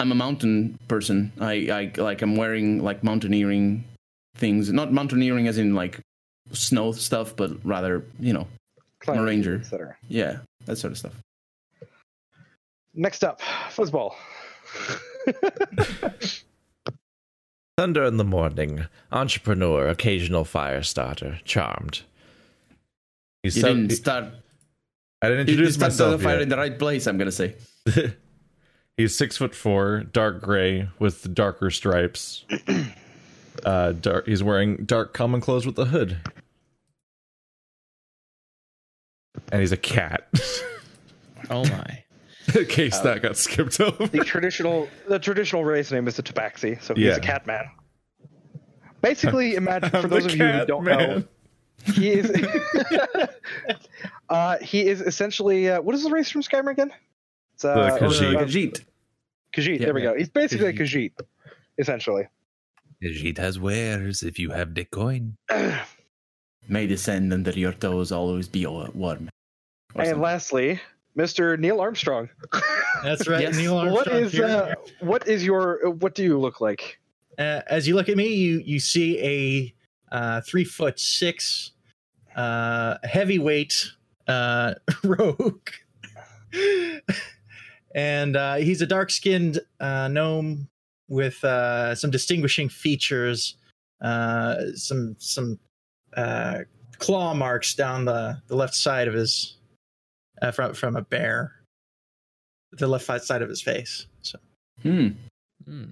S2: I'm a mountain person. I, I like I'm wearing like mountaineering things, not mountaineering as in like snow stuff, but rather you know
S1: climate,
S2: ranger.
S1: etc.
S2: yeah, that sort of stuff.
S1: Next up, Fuzzball.
S7: Thunder in the morning. Entrepreneur, occasional fire starter, charmed.
S5: He's
S2: You
S5: sev-
S2: didn't start.
S5: I didn't
S2: You didn't
S5: introduce
S2: start the
S5: myself.
S2: fire
S5: yet.
S2: in the right place. I'm gonna say.
S5: He's six foot four, dark gray with darker stripes. uh, dark. He's wearing dark common clothes with a hood, and he's a cat.
S3: Oh my!
S5: In case that got skipped over.
S1: the traditional the traditional race name is the Tabaxi, so he's
S5: Yeah.
S1: a cat man. Basically, imagine for
S5: I'm
S1: those
S5: the
S1: of you who
S5: cat
S1: don't know,
S5: man.
S1: He is. uh, he is essentially uh, what is the race from Skyrim again? It's uh,
S5: The Khajiit.
S1: uh,
S2: Khajiit.
S1: Khajiit,
S2: Yeah,
S1: there we
S2: yeah.
S1: go. He's basically a Khajiit, essentially.
S4: It has wares if you have the coin.
S2: May the sand under your toes always be o- warm. Or
S1: and
S2: something.
S1: lastly, Mr. Neil Armstrong.
S6: That's right.
S2: Yes.
S6: Neil Armstrong.
S1: what is
S6: here.
S1: uh, what is your what do you look like?
S6: Uh, as you look at me, you you see a uh, three foot six uh, heavyweight uh, rogue, and uh, he's a dark skinned uh, gnome with uh, some distinguishing features, uh, some some uh, claw marks down the, the left side of his uh, from from a bear, the left side of his face. So.
S2: Hmm.
S3: Hmm.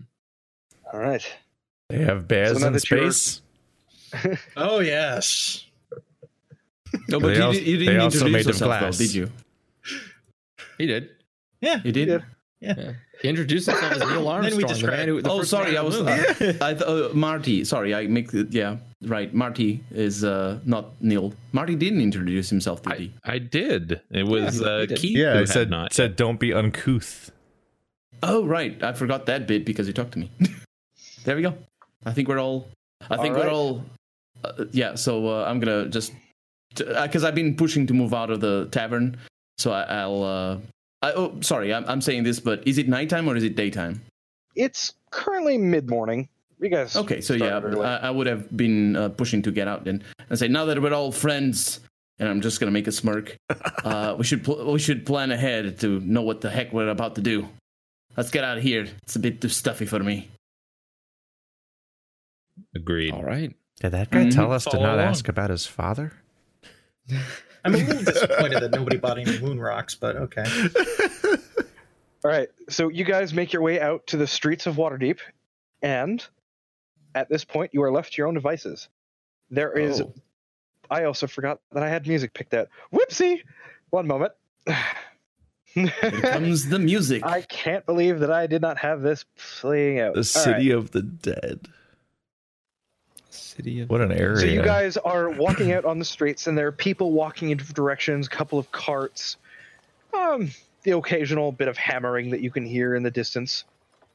S1: All right.
S5: They have bears
S1: So now
S5: in
S1: that you're-
S5: space.
S6: Oh yes.
S2: No, but
S5: They
S2: you,
S5: als-
S2: di- you
S5: they
S2: didn't
S5: also
S2: introduce
S5: made of
S2: yourself, though,
S5: glass.
S2: did you?
S3: He did.
S2: You did.
S1: Yeah.
S3: He introduced himself as Neil
S6: Then we
S3: Armstrong. the man who, the
S2: oh,
S3: first
S2: sorry,
S3: man
S2: I
S3: on
S2: was
S3: the
S2: uh,
S3: moon.
S2: I th- uh, Marty. Sorry, I make it, yeah right. Marty is uh, not Neil. Marty didn't introduce himself, did
S4: I,
S2: he?
S4: I did. It was
S3: Yeah,
S4: uh,
S3: you did.
S4: Keith.
S5: Yeah,
S4: who
S5: I
S4: had
S5: said
S4: not.
S5: said don't be uncouth.
S2: Oh, right. I forgot that bit because you talked to me. there we go. I think we're all. I
S1: All
S2: think
S1: right.
S2: we're all. Uh, yeah. So uh, I'm gonna just because I've been pushing to move out of the tavern. So I, I'll. Uh, I, oh, sorry. I'm, I'm saying this, but is it nighttime or is it daytime?
S1: It's currently mid morning. You guys.
S2: Okay, so yeah,
S1: started early.
S2: I, I would have been uh, pushing to get out then and say now that we're all friends, and I'm just gonna make a smirk. uh, we should pl- we should plan ahead to know what the heck we're about to do. Let's get out of here. It's a bit too stuffy for me.
S4: Agreed.
S3: All right.
S7: Did that
S5: Mm-hmm.
S2: guy Mhm.
S7: tell us
S4: to Follow not along. ask
S7: about his father?
S6: I'm a little disappointed that nobody bought any moon rocks, but okay.
S1: All right. So you guys make your way out to the streets of Waterdeep, and at this point, you are left to your own devices. There is.
S2: Oh.
S1: I also forgot that I had music picked out. Whoopsie! One moment.
S2: Here comes the music.
S1: I can't believe that I did not have this playing out.
S7: The
S1: All
S7: city of the dead.
S3: City of
S5: What an area.
S1: So you guys are walking out on the streets, and there are people walking in different directions. A couple of carts, um, the occasional bit of hammering that you can hear in the distance.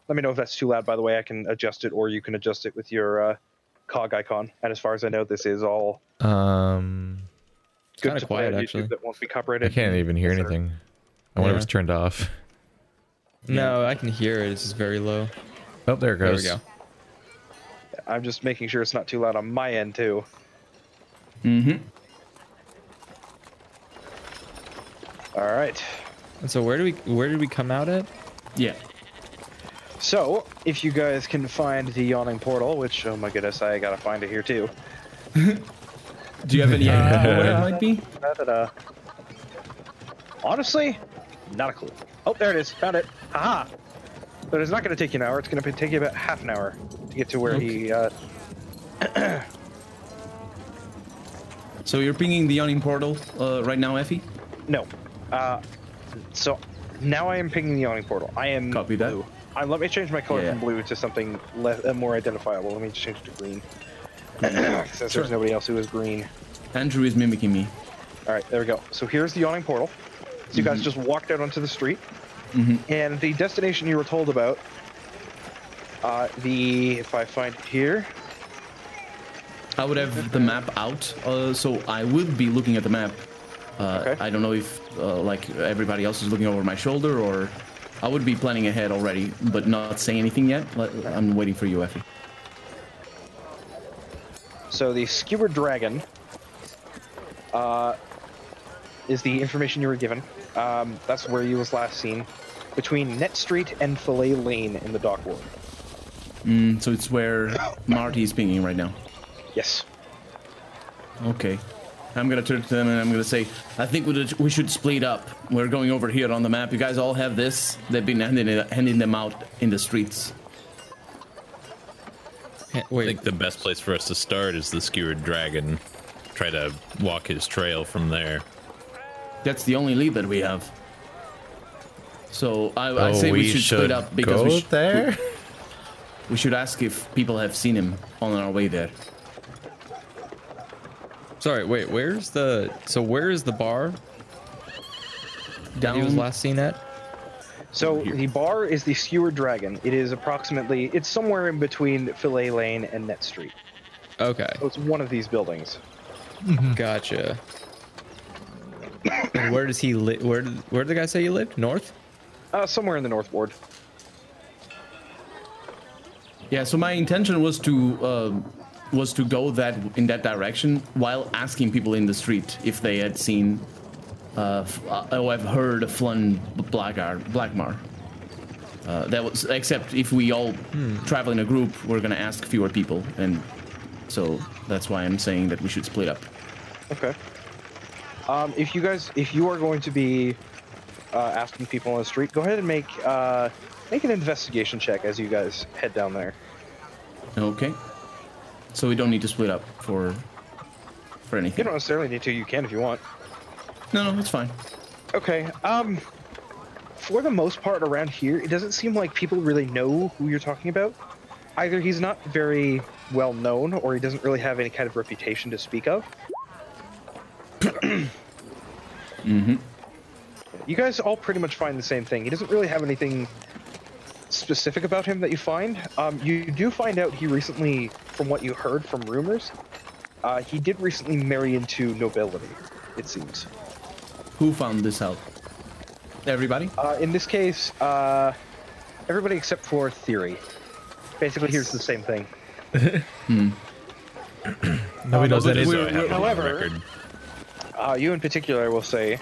S1: Let me know if that's too loud. By the way, I can adjust it, or you can adjust it with your uh, cog icon. And as far as I know, this is all
S5: um
S1: good
S3: kinda
S1: to play
S3: quiet,
S1: on YouTube
S3: actually.
S1: that won't be
S5: I
S1: copyrighted.
S4: Mm.
S5: can't even hear anything. I wonder
S3: Yeah.
S5: if it's turned off.
S3: No, I can hear it. It's just very low.
S5: Oh, there it
S3: There we
S5: goes.
S3: go.
S1: I'm just making sure it's not too loud on my end too.
S2: hmm
S1: All right.
S3: And so where do we where did we come out at?
S2: Yeah.
S1: So if you guys can find the yawning portal, which oh my goodness, I gotta find it here too.
S2: Do you have any idea where it might be?
S1: Da-da-da. Honestly, not a clue. Oh, there it is. Found it. Aha! But it's not going to take you an hour. It's going to take you about half an hour to get to where he. Uh,
S2: So you're pinging the yawning portal uh, right now, Effie.
S1: no. Uh, so now I am pinging the yawning portal. I am.
S2: Copy that.
S1: Blue. Uh, let me change my color
S2: Yeah.
S1: from blue to something less, uh, more identifiable. Let me just change it to green. Since
S2: Sure.
S1: there's nobody else who is green.
S2: Andrew is mimicking me.
S1: All right, there we go. So here's the yawning portal. So you guys just walked out onto the street,
S2: Mhm.
S1: and the destination you were told about. Uh, the if I find it here,
S2: I would have the map out, uh, so I would be looking at the map. Uh,
S1: Okay.
S2: I don't know if uh, like everybody else is looking over my shoulder, or I would be planning ahead already, but not saying anything yet. Let- I'm waiting for you, Effie.
S1: so the skewer dragon. Uh, is the information you were given. Um, that's where you was last seen, between Net Street and Fillet Lane in the Dock Ward.
S2: Mm, so it's where Marty is pinging right now.
S1: Yes.
S2: Okay. I'm gonna turn to them and I'm gonna say, I think we we should split up. We're going over here on the map. You guys all have this. They've been handing it, handing them out in the streets.
S3: Ha-
S4: I
S3: Wait,
S4: think the best place for us to start is the skewered dragon. Try to walk his trail from there.
S2: That's the only lead that we have. So I, I say we, should, split up because
S5: Oh, go
S2: we, sh-
S5: there.
S2: we should ask if people have seen him on our way there.
S3: Sorry, wait, where's the so where is the bar that he was
S2: Down.
S3: last seen at?
S1: So the bar is the Skewered Dragon. It is approximately it's somewhere in between Fillet Lane and Net Street.
S3: Okay,
S1: So it's one of these buildings.
S3: Hmm. gotcha. And where does he live? Where did where did the guy say he lived? North?
S1: Uh, somewhere in the North Ward.
S2: Yeah, so my intention was to um, was to go that in that direction while asking people in the street if they had seen uh, f- uh, oh I've heard of Flun Blackar Blackmar. Uh, that was except if we all travel in a group, we're gonna ask fewer people, and so that's why I'm saying that we should split up.
S1: Okay. Um, if you guys, if you are going to be uh, asking people on the street, go ahead and make uh, make an investigation check as you guys head down there.
S2: Okay. So we don't need to split up for for
S1: You
S2: anything.
S1: don't necessarily need to. You can if you want.
S2: No, no, it's fine.
S1: Okay. Um, for the most part, around here, it doesn't seem like people really know who you're talking about. Either he's not very well known, or he doesn't really have any kind of reputation to speak of.
S2: hmm
S1: You guys all pretty much find the same thing. He doesn't really have anything specific about him that you find. Um, you do find out he recently, from what you heard from rumors, uh, he did recently marry into nobility, it seems.
S2: Who found this out? Everybody.
S1: Uh, in this case, uh, everybody except for Theory. Basically, here's the same thing. Uh,
S5: Nobody knows
S4: That
S5: that
S4: is
S5: is.
S4: what I have on my
S1: however-
S4: record.
S1: Uh, you in particular, I will say,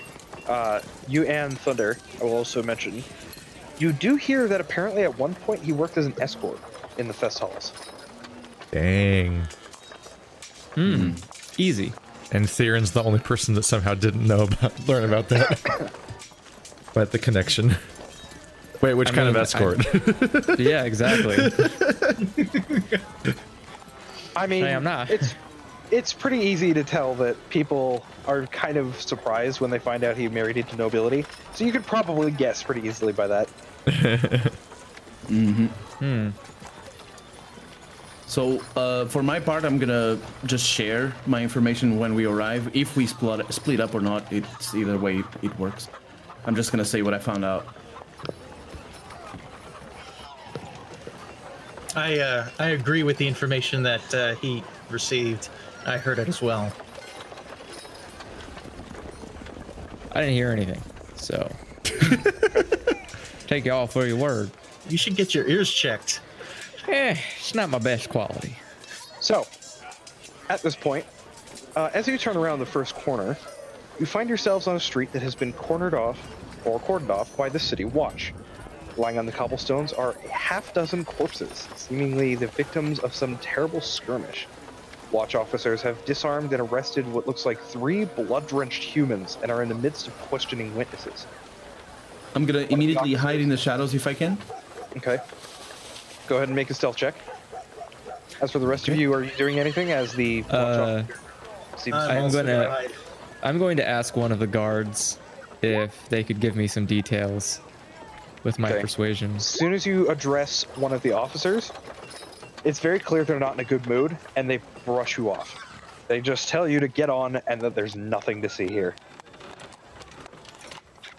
S1: uh, you and Thunder, I will also mention, you do hear that apparently at one point he worked as an escort in the fest halls.
S5: Dang.
S3: Easy.
S5: And Theron's the only person that somehow didn't know about learn about that. but the connection. Wait, which
S3: I
S5: kind
S3: mean,
S5: of escort?
S3: Yeah, exactly.
S1: I mean,
S3: I am not.
S1: it's it's pretty easy to tell that people are kind of surprised when they find out he married into nobility. So you could probably guess pretty easily by that.
S2: So, uh, for my part, I'm gonna just share my information when we arrive. If we split, split up or not, it's either way, it works. I'm just gonna say what I found out.
S6: I uh, I agree with the information that uh, he received. I heard it as well.
S3: I didn't hear anything, so take y'all for your word.
S6: You should get your ears checked.
S3: Eh, it's not my best quality.
S1: So, at this point, uh, as you turn around the first corner, you find yourselves on a street that has been cornered off or cordoned off by the city watch. Lying on the cobblestones are a half dozen corpses, seemingly the victims of some terrible skirmish. Watch officers have disarmed and arrested what looks like three blood drenched humans and are in the midst of questioning witnesses.
S2: I'm gonna immediately hide in the shadows if I can.
S1: Okay. Go ahead and make a stealth check. As for the rest of you, are you doing anything as the watch
S3: Uh,
S1: officer seems
S6: I'm,
S3: I'm
S6: also
S3: gonna-
S6: gonna hide.
S3: I'm going to ask one of the guards if they could give me some details with my
S1: Okay.
S3: persuasion.
S1: As soon as you address one of the officers, it's very clear they're not in a good mood and they brush you off. They just tell you to get on and that there's nothing to see here.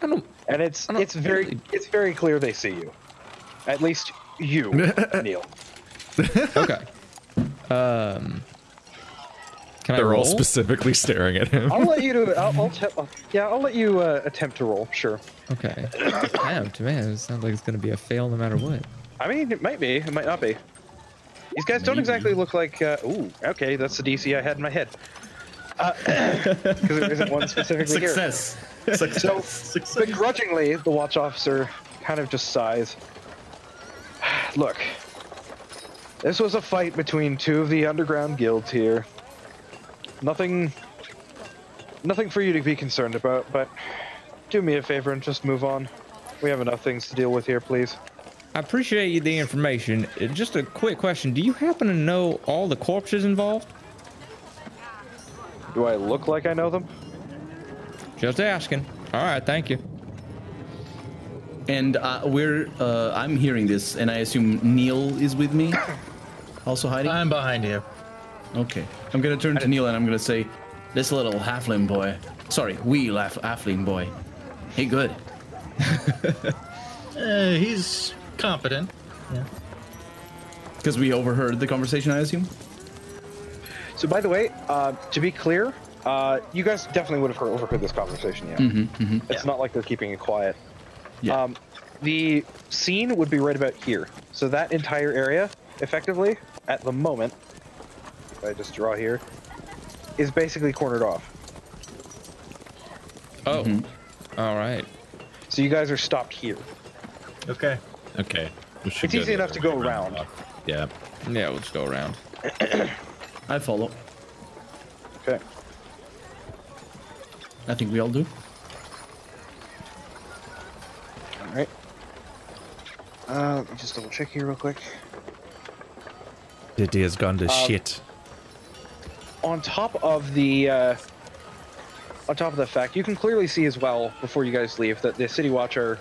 S3: I don't.
S1: And it's
S3: I don't
S1: it's very
S3: really-
S1: it's very clear they see you. At least you, Neil.
S3: Okay. um. Can I
S5: They're
S3: roll?
S5: all specifically staring at him.
S1: I'll let you do it. I'll, I'll te- I'll- yeah, I'll let you uh, attempt to roll. Sure.
S3: okay. Damn, man, it sounds like it's gonna be a fail no matter what.
S1: I mean, it might be. It might not be. These guys don't exactly look like. Uh, ooh, okay, that's the DC I had in my head. Because there isn't one specifically here.
S2: Success.
S1: So, begrudgingly, the watch officer kind of just sighs. Look, this was a fight between two of the underground guilds here. Nothing, nothing for you to be concerned about. But do me a favor and just move on. We have enough things to deal with here, please.
S3: I appreciate you the information. Uh, Just a quick question: Do you happen to know all the corpses involved?
S1: Do I look like I know them?
S3: Just asking. All right, thank you.
S2: And uh, we're. Uh, I'm hearing this, and I assume Neil is with me, also hiding.
S6: Uh, I'm behind you.
S2: Okay. I'm gonna turn to Neil and I'm gonna say, This little halfling boy. Sorry, wee laugh halfling boy. He good.
S6: Uh, he's competent.
S2: Because we overheard the conversation, I assume.
S1: So, by the way, uh, to be clear, uh, you guys definitely would have heard, overheard this conversation. Yeah, it's not like they're keeping it quiet.
S2: Yeah.
S1: Um, the scene would be right about here. So that entire area, effectively, at the moment, if I just draw here, is basically cornered off.
S3: Oh,
S5: Mm-hmm.
S3: all right.
S1: So you guys are stopped here.
S6: Okay.
S4: Okay. we should
S1: It's
S4: go
S1: easy
S4: the
S1: enough to
S4: other
S1: go
S4: way
S1: around.
S4: Yeah.
S3: Yeah, we'll just go around.
S2: I follow.
S1: Okay.
S2: I think we all do.
S1: All right. Uh, let me just double check here real quick.
S7: The day has gone
S5: Uh,
S7: to shit.
S1: On top of the, uh, on top of the fact, you can clearly see as well before you guys leave that the city watch are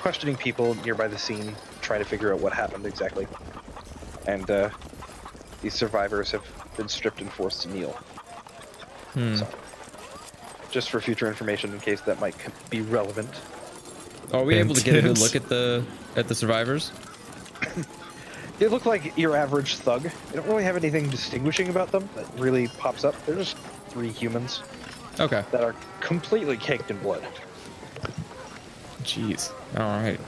S1: questioning people nearby the scene, trying to figure out what happened exactly. And uh, these survivors have been stripped and forced to kneel. So, just for future information, in case that might c- be relevant.
S3: Are we able to get a good
S5: Intense.
S3: look at the at the survivors?
S1: They look like your average thug. They don't really have anything distinguishing about them that really pops up. They're just three humans.
S3: Okay.
S1: that are completely caked in blood.
S3: Jeez. All right.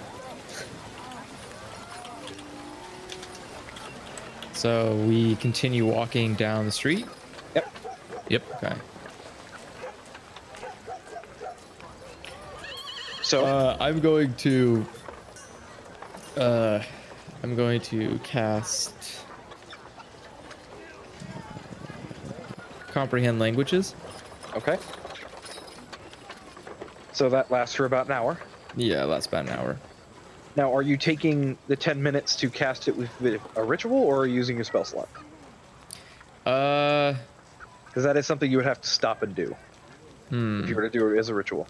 S3: So we continue walking down the street.
S1: Yep.
S3: Yep. Okay.
S1: So
S3: Uh, I'm going to. Uh, I'm going to cast. Comprehend languages.
S1: okay. So that lasts for about an hour.
S3: Yeah, that's about an hour.
S1: Now, are you taking the ten minutes to cast it with a ritual, or are you using your spell slot?
S3: Uh,
S1: Because that is something you would have to stop and do if you were to do it as a ritual.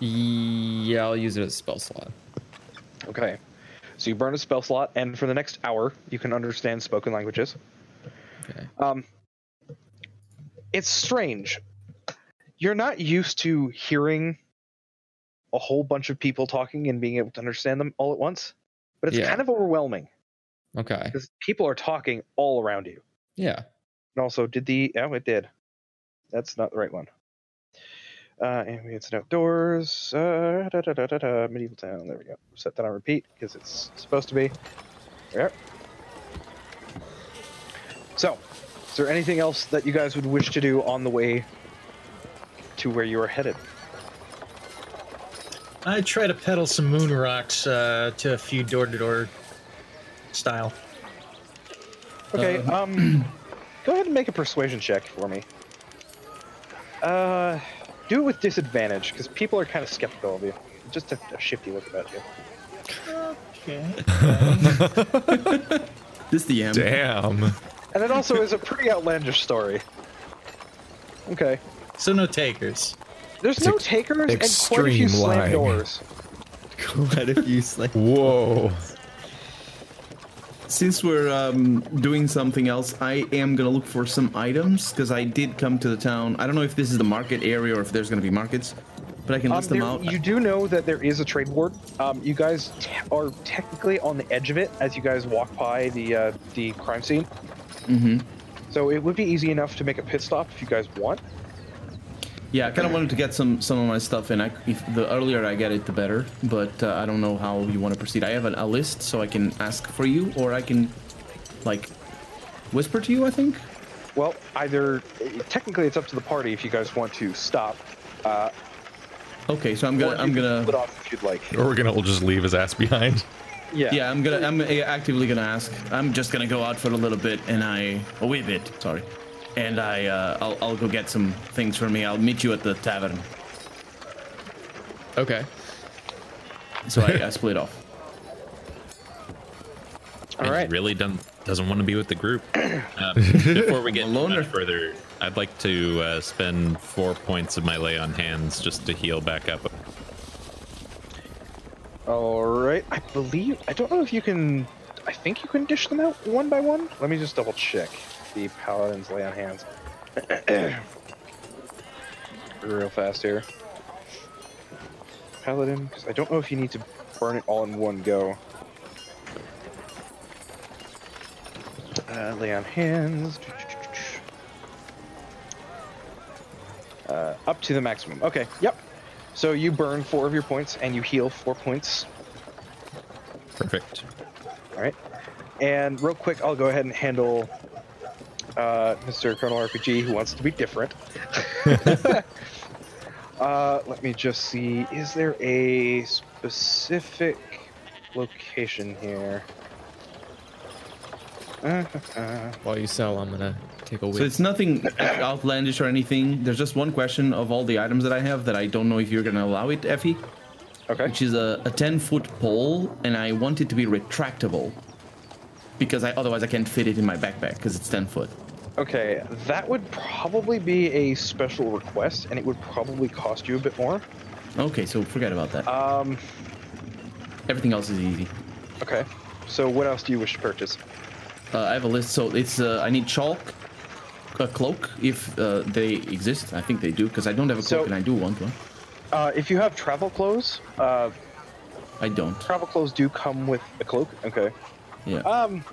S3: yeah, I'll use it as a spell slot.
S1: Okay. So you burn a spell slot, and for the next hour, you can understand spoken languages.
S3: Okay.
S1: Um, it's strange. You're not used to hearing a whole bunch of people talking and being able to understand them all at once, but it's
S3: Yeah.
S1: kind of overwhelming
S3: Okay.
S1: because people are talking all around you.
S3: Yeah.
S1: And also, did the oh, it did. That's not the right one. Uh, ambience and outdoors. Uh, da, da, da, da, da, medieval town. There we go. Set that on repeat because it's supposed to be. Yep. So, is there anything else that you guys would wish to do on the way to where you are headed?
S6: I try to peddle some moon rocks uh, to a few door to door style.
S1: Okay. Um, go ahead and make a persuasion check for me. Uh, do it with disadvantage because people are kind of skeptical of you. Just a, a shifty look about you.
S6: Okay.
S2: This DM.
S5: Damn.
S1: And it also is a pretty outlandish story. Okay.
S6: So no takers.
S1: There's no takers and quite a
S7: extreme
S1: few slam
S7: lying.
S1: doors.
S2: Quite a few slam.
S5: Whoa.
S2: Since we're um, doing something else, I am gonna look for some items because I did come to the town. I don't know if this is the market area or if there's gonna be markets, but I can
S1: Um,
S2: list them
S1: there-
S2: out.
S1: you do know that there is a trade ward. Um, you guys te- are technically on the edge of it as you guys walk by the uh, the crime scene. Mm-hmm. So it would be easy enough to make a pit stop if you guys want.
S2: yeah, I kind of wanted to get some some of my stuff in. I, if the earlier I get it, the better. But uh, I don't know how you want to proceed. I have an, a list, so I can ask for you, or I can like whisper to you. I think.
S1: Well, either technically it's up to the party if you guys want to stop. Uh,
S2: Okay, so I'm
S1: or
S2: gonna
S1: you
S2: I'm
S1: can
S2: gonna
S1: split off if you'd like.
S5: Or we're gonna all just leave his ass behind.
S1: Yeah.
S2: Yeah, I'm gonna. I'm actively gonna ask. I'm just gonna go out for a little bit, and I a wee bit. Sorry, and I uh, I'll I'll go get some things for me. I'll meet you at the tavern.
S3: Okay.
S2: So I, I split off.
S1: All right.
S4: He really doesn't doesn't want to be with the group. Uh, before we get
S2: loner.
S4: much further, I'd like to uh, spend four points of my lay on hands just to heal back up.
S1: All right. I believe I don't know if you can. I think you can dish them out one by one. Let me just double check. the paladin's lay on hands. Real fast here. Paladin, because I don't know if you need to burn it all in one go. Uh, lay on hands. Uh, up to the maximum. Okay, yep. So you burn four of your points and you heal four points
S4: Perfect.
S1: all right. And real quick, I'll go ahead and handle uh, Mr. Colonel RPG, who wants to be different. uh, let me just see. Is there a specific location here? Uh, uh, uh.
S3: While you sell, I'm gonna take a
S2: So
S3: whiff.
S2: it's nothing outlandish or anything. There's just one question of all the items that I have that I don't know if you're gonna allow it, Effie.
S1: Okay.
S2: Which is a, a ten foot pole, and I want it to be retractable because I otherwise I can't fit it in my backpack because it's ten foot.
S1: Okay. That would probably be a special request, and it would probably cost you a bit more.
S2: Okay, so forget about that.
S1: Um.
S2: Everything else is easy.
S1: Okay. So, what else do you wish to purchase?
S2: Uh, I have a list, so it's uh, I need chalk, a cloak if uh, they exist. I think they do because I don't have a cloak
S1: So-
S2: and I do want one.
S1: Uh, if you have travel clothes, uh,
S2: I don't.
S1: travel clothes do come with a cloak. Okay.
S2: Yeah.
S1: Um,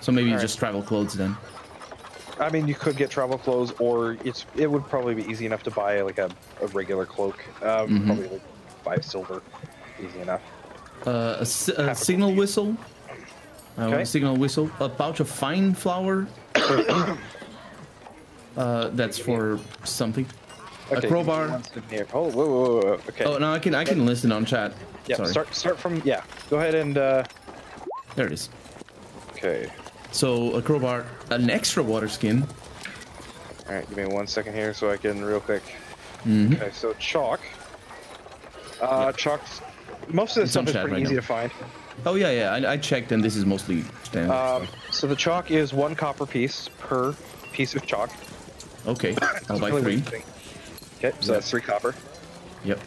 S2: so maybe
S1: alright.
S2: just travel clothes then.
S1: I mean, you could get travel clothes, or it's it would probably be easy enough to buy like a, a regular cloak. Um,
S2: Mhm.
S1: Probably like five silver, easy enough.
S2: Uh, a, si- a
S1: Capricorn.
S2: signal whistle. I want
S1: Okay.
S2: a signal whistle. A pouch of fine flour. uh, that's for something.
S1: Okay, give me
S2: crowbar.
S1: one souvenir. Oh, whoa, whoa, whoa, whoa, Okay.
S2: Oh no, I can I can listen on chat.
S1: yeah.
S2: Sorry.
S1: Start start from yeah. Go ahead and uh,
S2: There it is.
S1: okay.
S2: So a crowbar, an extra water skin.
S1: All right, give me one second here so I can real quick.
S2: Mm-hmm.
S1: Okay, so chalk. Uh, Chalk. Most of this
S2: It's on
S1: stuff is
S2: chat
S1: pretty
S2: right
S1: easy
S2: now.
S1: to find.
S2: Oh yeah, yeah. I, I checked, and this is mostly standard.
S1: Um, so the chalk is one copper piece per piece of chalk.
S2: okay, I'll buy
S1: Really Uh,
S2: three.
S1: interesting. Okay, so that's three copper.
S2: Yep.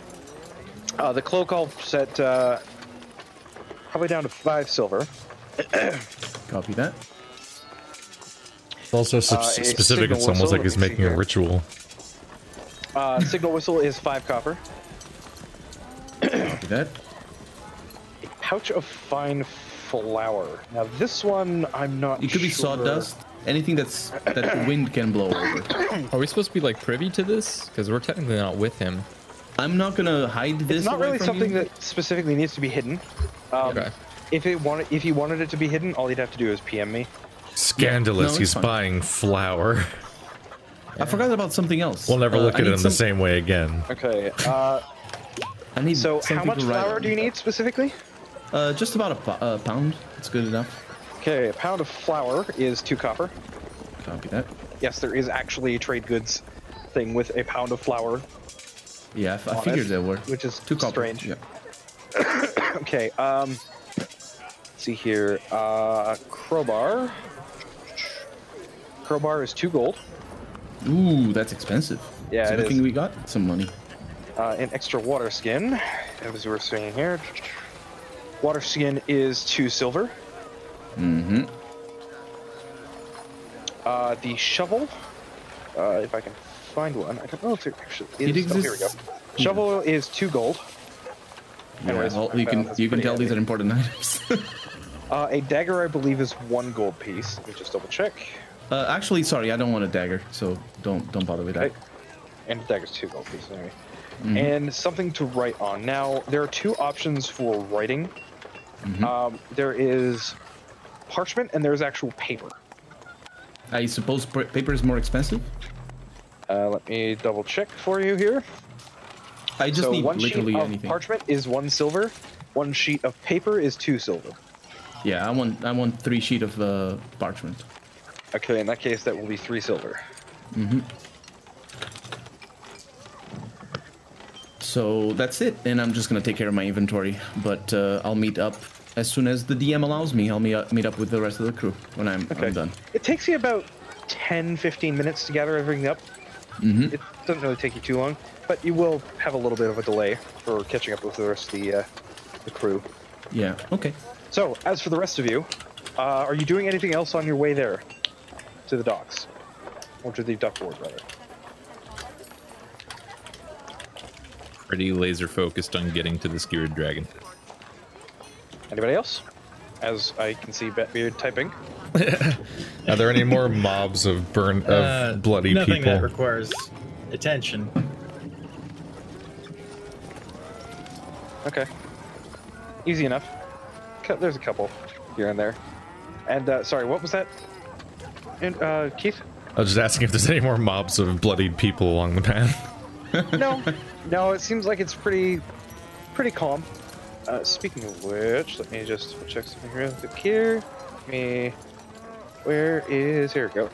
S1: Uh, the cloak I'll set uh, probably down to five silver.
S2: Copy that.
S5: It's also
S1: Uh, a
S5: specific. It's
S1: signal
S5: almost
S1: whistle,
S5: like he's
S1: let me see
S5: making a
S1: here.
S5: ritual.
S1: Uh, signal whistle is five copper.
S2: Copy that.
S1: A pouch of fine flour. Now this one I'm not.
S2: It could be
S1: sure-
S2: sawdust. Anything that's that the wind can blow over.
S3: Are we supposed to be like privy to this? Because we're technically not with him.
S2: I'm not gonna hide this.
S1: It's not
S2: away
S1: really
S2: from
S1: something
S2: you.
S1: that specifically needs to be hidden. Um,
S3: Okay.
S1: If it wanted, if you wanted it to be hidden, all you'd have to do is PM me.
S2: No,
S5: Scandalous.
S2: it's
S5: he's
S2: fine.
S5: buying flour.
S2: I forgot about something else.
S5: We'll never
S2: Uh,
S5: look
S2: I
S5: at it
S2: need
S5: in the
S2: some-
S5: same way again.
S1: Okay. Uh,
S2: I need
S1: so how
S2: something
S1: much
S2: to write
S1: flour
S2: on.
S1: do you need specifically?
S2: Uh, just about a po- uh, pound. It's good enough.
S1: Okay, a pound of flour is two copper.
S2: Copy that.
S1: Yes, there is actually a trade goods thing with a pound of flour,
S2: Yeah, I f- I
S1: Honest,
S2: figured there were.
S1: which is
S2: Two copper.
S1: strange.
S2: Yeah.
S1: Okay. Um. Let's see here. Uh, crowbar. Crowbar is two gold.
S2: Ooh, that's expensive.
S1: Yeah,
S2: So
S1: it
S2: good
S1: is.
S2: thing we got some money.
S1: Uh, an extra water skin, as we're saying here. Water skin is two silver. Mm-hmm. Uh, the shovel. Uh, if I can find one, I don't know if there actually is.
S2: It
S1: oh, here we go.
S2: exists.
S1: Shovel is two gold.
S2: Yeah,
S1: Anyways,
S2: well,
S1: I
S2: you
S1: found
S2: can
S1: that's
S2: you can
S1: pretty
S2: tell these
S1: handy.
S2: are important items.
S1: Uh, a dagger, I believe, is one gold piece. Let me just double check.
S2: uh, actually, sorry, I don't want a dagger, so don't don't bother with that.
S1: Okay. And the dagger's two gold pieces anyway.
S2: Mm-hmm.
S1: And something to write on. Now there are two options for writing.
S2: Mm-hmm.
S1: Um, there is parchment and there's actual paper.
S2: I suppose pr- paper is more expensive.
S1: Uh, let me double check for you here.
S2: I just
S1: so
S2: need
S1: one sheet
S2: literally
S1: of
S2: anything.
S1: parchment is one silver. One sheet of paper is two silver.
S2: yeah, I want I want three sheet of uh, parchment.
S1: Okay, in that case, that will be three silver.
S2: So that's it, and I'm just gonna take care of my inventory. But uh, I'll meet up as soon as the DM allows me. I'll meet up, meet up with the rest of the crew when I'm, I'm done.
S1: It takes you about 10, 15 minutes to gather everything up.
S2: Mm-hmm.
S1: It doesn't really take you too long, but you will have a little bit of a delay for catching up with the rest of the, uh, the crew.
S2: Yeah. Okay.
S1: So, as for the rest of you, uh, are you doing anything else on your way there? to the docks, or to the duckboard rather.
S4: Pretty laser focused on getting to the skewered dragon.
S1: Anybody else? As I can see Batbeard typing.
S5: Are there any more mobs of burn of
S6: Uh,
S5: bloody
S6: nothing
S5: people?
S6: that requires attention.
S1: Okay. Easy enough. Cou- There's a couple here and there. And uh, sorry, what was that? And uh, Keith?
S5: I was just asking if there's any more mobs of bloodied people along the path.
S1: No, no. It seems like it's pretty, pretty calm. Uh, speaking of which, let me just check something real quick here. Let me, where is here? We go.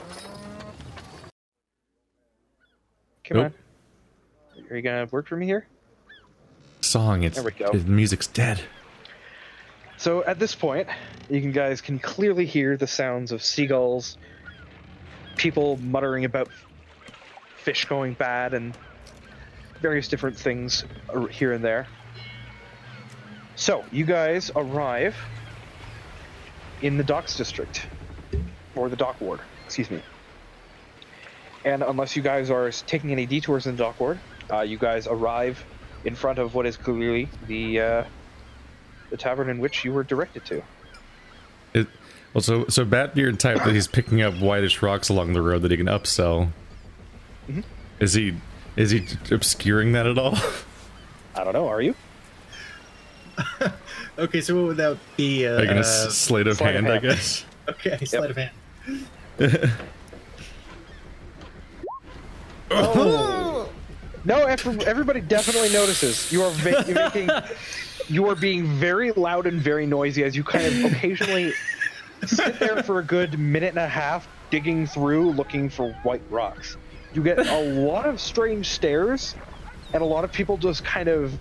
S1: Come
S5: Nope.
S1: on. Are you gonna work for me here?
S5: Song, it's
S1: There we go.
S5: the music's dead.
S1: So at this point, you can guys can clearly hear the sounds of seagulls, people muttering about fish going bad, and various different things ar- here and there. So you guys arrive in the docks district, or the dock ward, excuse me. And unless you guys are s- taking any detours in the dock ward, uh, you guys arrive in front of what is clearly the uh, the tavern in which you were directed to.
S5: It, well, so so Batbeard type that he's picking up whitish rocks along the road that he can upsell. Mm-hmm. Is he is he obscuring that at all?
S1: I don't know. Are you?
S6: Okay, so what would that be? Uh,
S5: I guess sleight of
S1: sleight of
S5: hand,
S1: hand.
S5: I guess.
S6: okay, sleight of hand.
S1: No, every- everybody definitely notices. You are va- you're making, you are being very loud and very noisy as you kind of occasionally sit there for a good minute and a half digging through looking for white rocks. You get a lot of strange stares, and a lot of people just kind of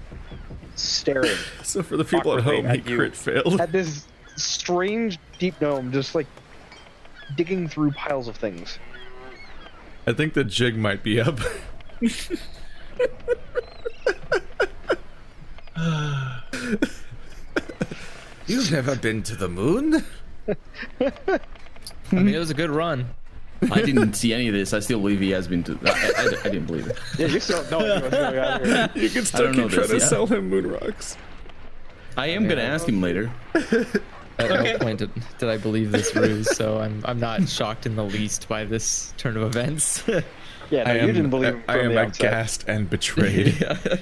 S1: staring
S5: So for the people at
S1: Awkwardly
S5: home,
S1: at
S5: he
S1: you.
S5: crit failed.
S1: at this strange deep gnome just like digging through piles of things.
S5: I think the jig might be up.
S7: You've never been to the moon?
S3: I mean, it was a good run.
S2: I didn't see any of this. I still believe he has been to. I, I, I didn't believe it.
S1: Yeah, you still don't know what's going on here.
S5: you
S2: still
S5: can still
S2: don't know
S5: keep trying
S2: keep this,
S5: to
S2: trying to yeah.
S5: sell
S2: sell
S5: him moon rocks.
S2: I am gonna ask him later.
S3: At no point did, did I believe this ruse, so I'm I'm not shocked in the least by this turn of events.
S1: Yeah, no, you didn't believe him
S5: I
S1: from
S5: am
S1: the outside.
S5: aghast and betrayed.